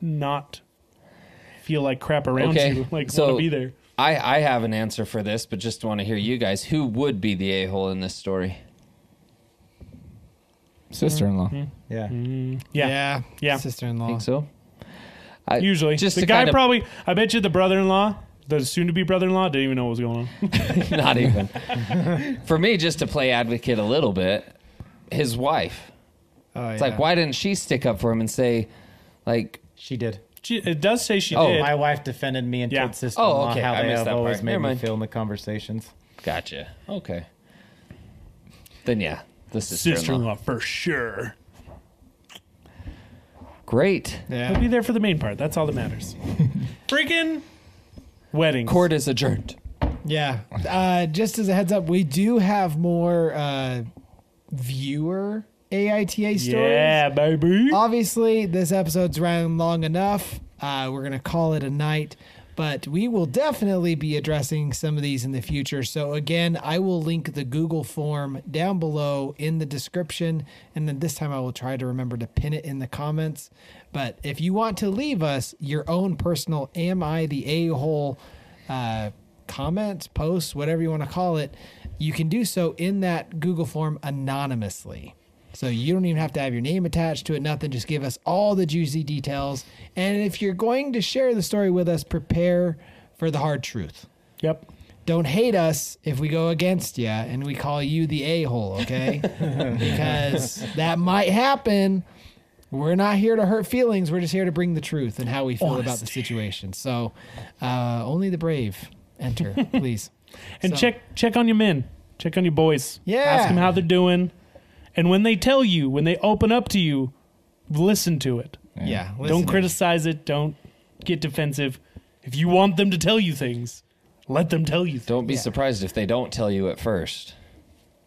Speaker 2: not feel like crap around
Speaker 4: Okay,
Speaker 2: you. Like,
Speaker 4: so-
Speaker 2: want to be there.
Speaker 4: I, I have an answer for this, but just want to hear you guys. Who would be the a hole in this story?
Speaker 3: sister-in-law.
Speaker 5: Yeah.
Speaker 2: Yeah.
Speaker 1: yeah,
Speaker 2: Yeah.
Speaker 1: sister-in-law.
Speaker 4: Think so? I,
Speaker 2: Usually,
Speaker 4: just
Speaker 2: the
Speaker 4: to
Speaker 2: guy
Speaker 4: kind of-
Speaker 2: probably. I bet you the brother-in-law, the soon-to-be brother-in-law, didn't even know what was going on.
Speaker 4: not even. for me, just to play advocate a little bit, his wife.
Speaker 1: Oh,
Speaker 4: It's
Speaker 1: yeah.
Speaker 4: like, why didn't she stick up for him and say, like,
Speaker 5: She did.
Speaker 2: She, it does say she
Speaker 4: Oh,
Speaker 2: did.
Speaker 5: My wife defended me and
Speaker 2: Yeah.
Speaker 5: told sister in law
Speaker 4: Oh, okay.
Speaker 5: how
Speaker 4: I
Speaker 5: they
Speaker 4: missed
Speaker 5: have
Speaker 4: that
Speaker 5: always
Speaker 4: part.
Speaker 5: made
Speaker 4: Never
Speaker 5: me
Speaker 4: mind.
Speaker 5: feel in the conversations.
Speaker 4: gotcha, okay. Then yeah, the sister-in-law.
Speaker 2: sister-in-law for sure.
Speaker 4: Great.
Speaker 2: He'll
Speaker 1: Yeah.
Speaker 2: be there for the main part. That's all that matters. Freaking wedding.
Speaker 4: Court is adjourned.
Speaker 1: Yeah. Uh, just as a heads up, we do have more uh, viewer AITA stories.
Speaker 2: Yeah, baby.
Speaker 1: Obviously, this episode's ran long enough. Uh, we're going to call it a night, but we will definitely be addressing some of these in the future. So, again, I will link the Google form down below in the description. And then this time I will try to remember to pin it in the comments. But if you want to leave us your own personal Am I the A hole? uh, comments, posts, whatever you want to call it, you can do so in that Google form anonymously. So you don't even have to have your name attached to it, nothing. Just give us all the juicy details. And if you're going to share the story with us, prepare for the hard truth.
Speaker 2: Yep.
Speaker 1: Don't hate us if we go against you and we call you the a hole, okay? because that might happen. We're not here to hurt feelings. We're just here to bring the truth and how we feel about the situation. So uh, only the brave enter, please.
Speaker 2: And
Speaker 1: So-
Speaker 2: check check on your men. Check on your boys.
Speaker 1: Yeah.
Speaker 2: Ask them how they're doing. And when they tell you, when they open up to you, listen to it.
Speaker 1: Yeah.
Speaker 2: Don't criticize it. Don't get defensive. If you want them to tell you things, let them tell you things.
Speaker 4: Don't be
Speaker 1: Yeah.
Speaker 4: surprised if they don't tell you at first.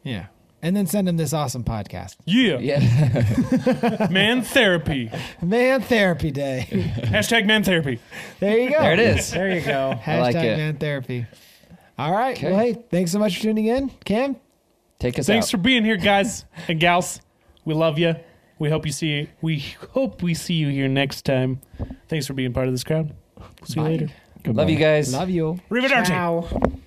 Speaker 1: Yeah. And then send them this awesome podcast.
Speaker 2: Yeah.
Speaker 4: Yeah,
Speaker 2: Man therapy.
Speaker 1: Man Therapy Day.
Speaker 2: Hashtag man therapy.
Speaker 1: There you go.
Speaker 4: there it is.
Speaker 5: There you go.
Speaker 1: Hashtag
Speaker 4: like it.
Speaker 1: Man Therapy. All right.
Speaker 4: Okay.
Speaker 1: Well, hey, thanks so much for tuning in. Cam?
Speaker 4: Take us
Speaker 2: Thanks
Speaker 4: out.
Speaker 2: for being here, guys and gals. We love you. We hope you see. We hope we see you here next time. Thanks for being part of this crowd. See you later.
Speaker 4: Love you guys.
Speaker 1: Love you.
Speaker 2: Arrivederci.
Speaker 5: Ciao.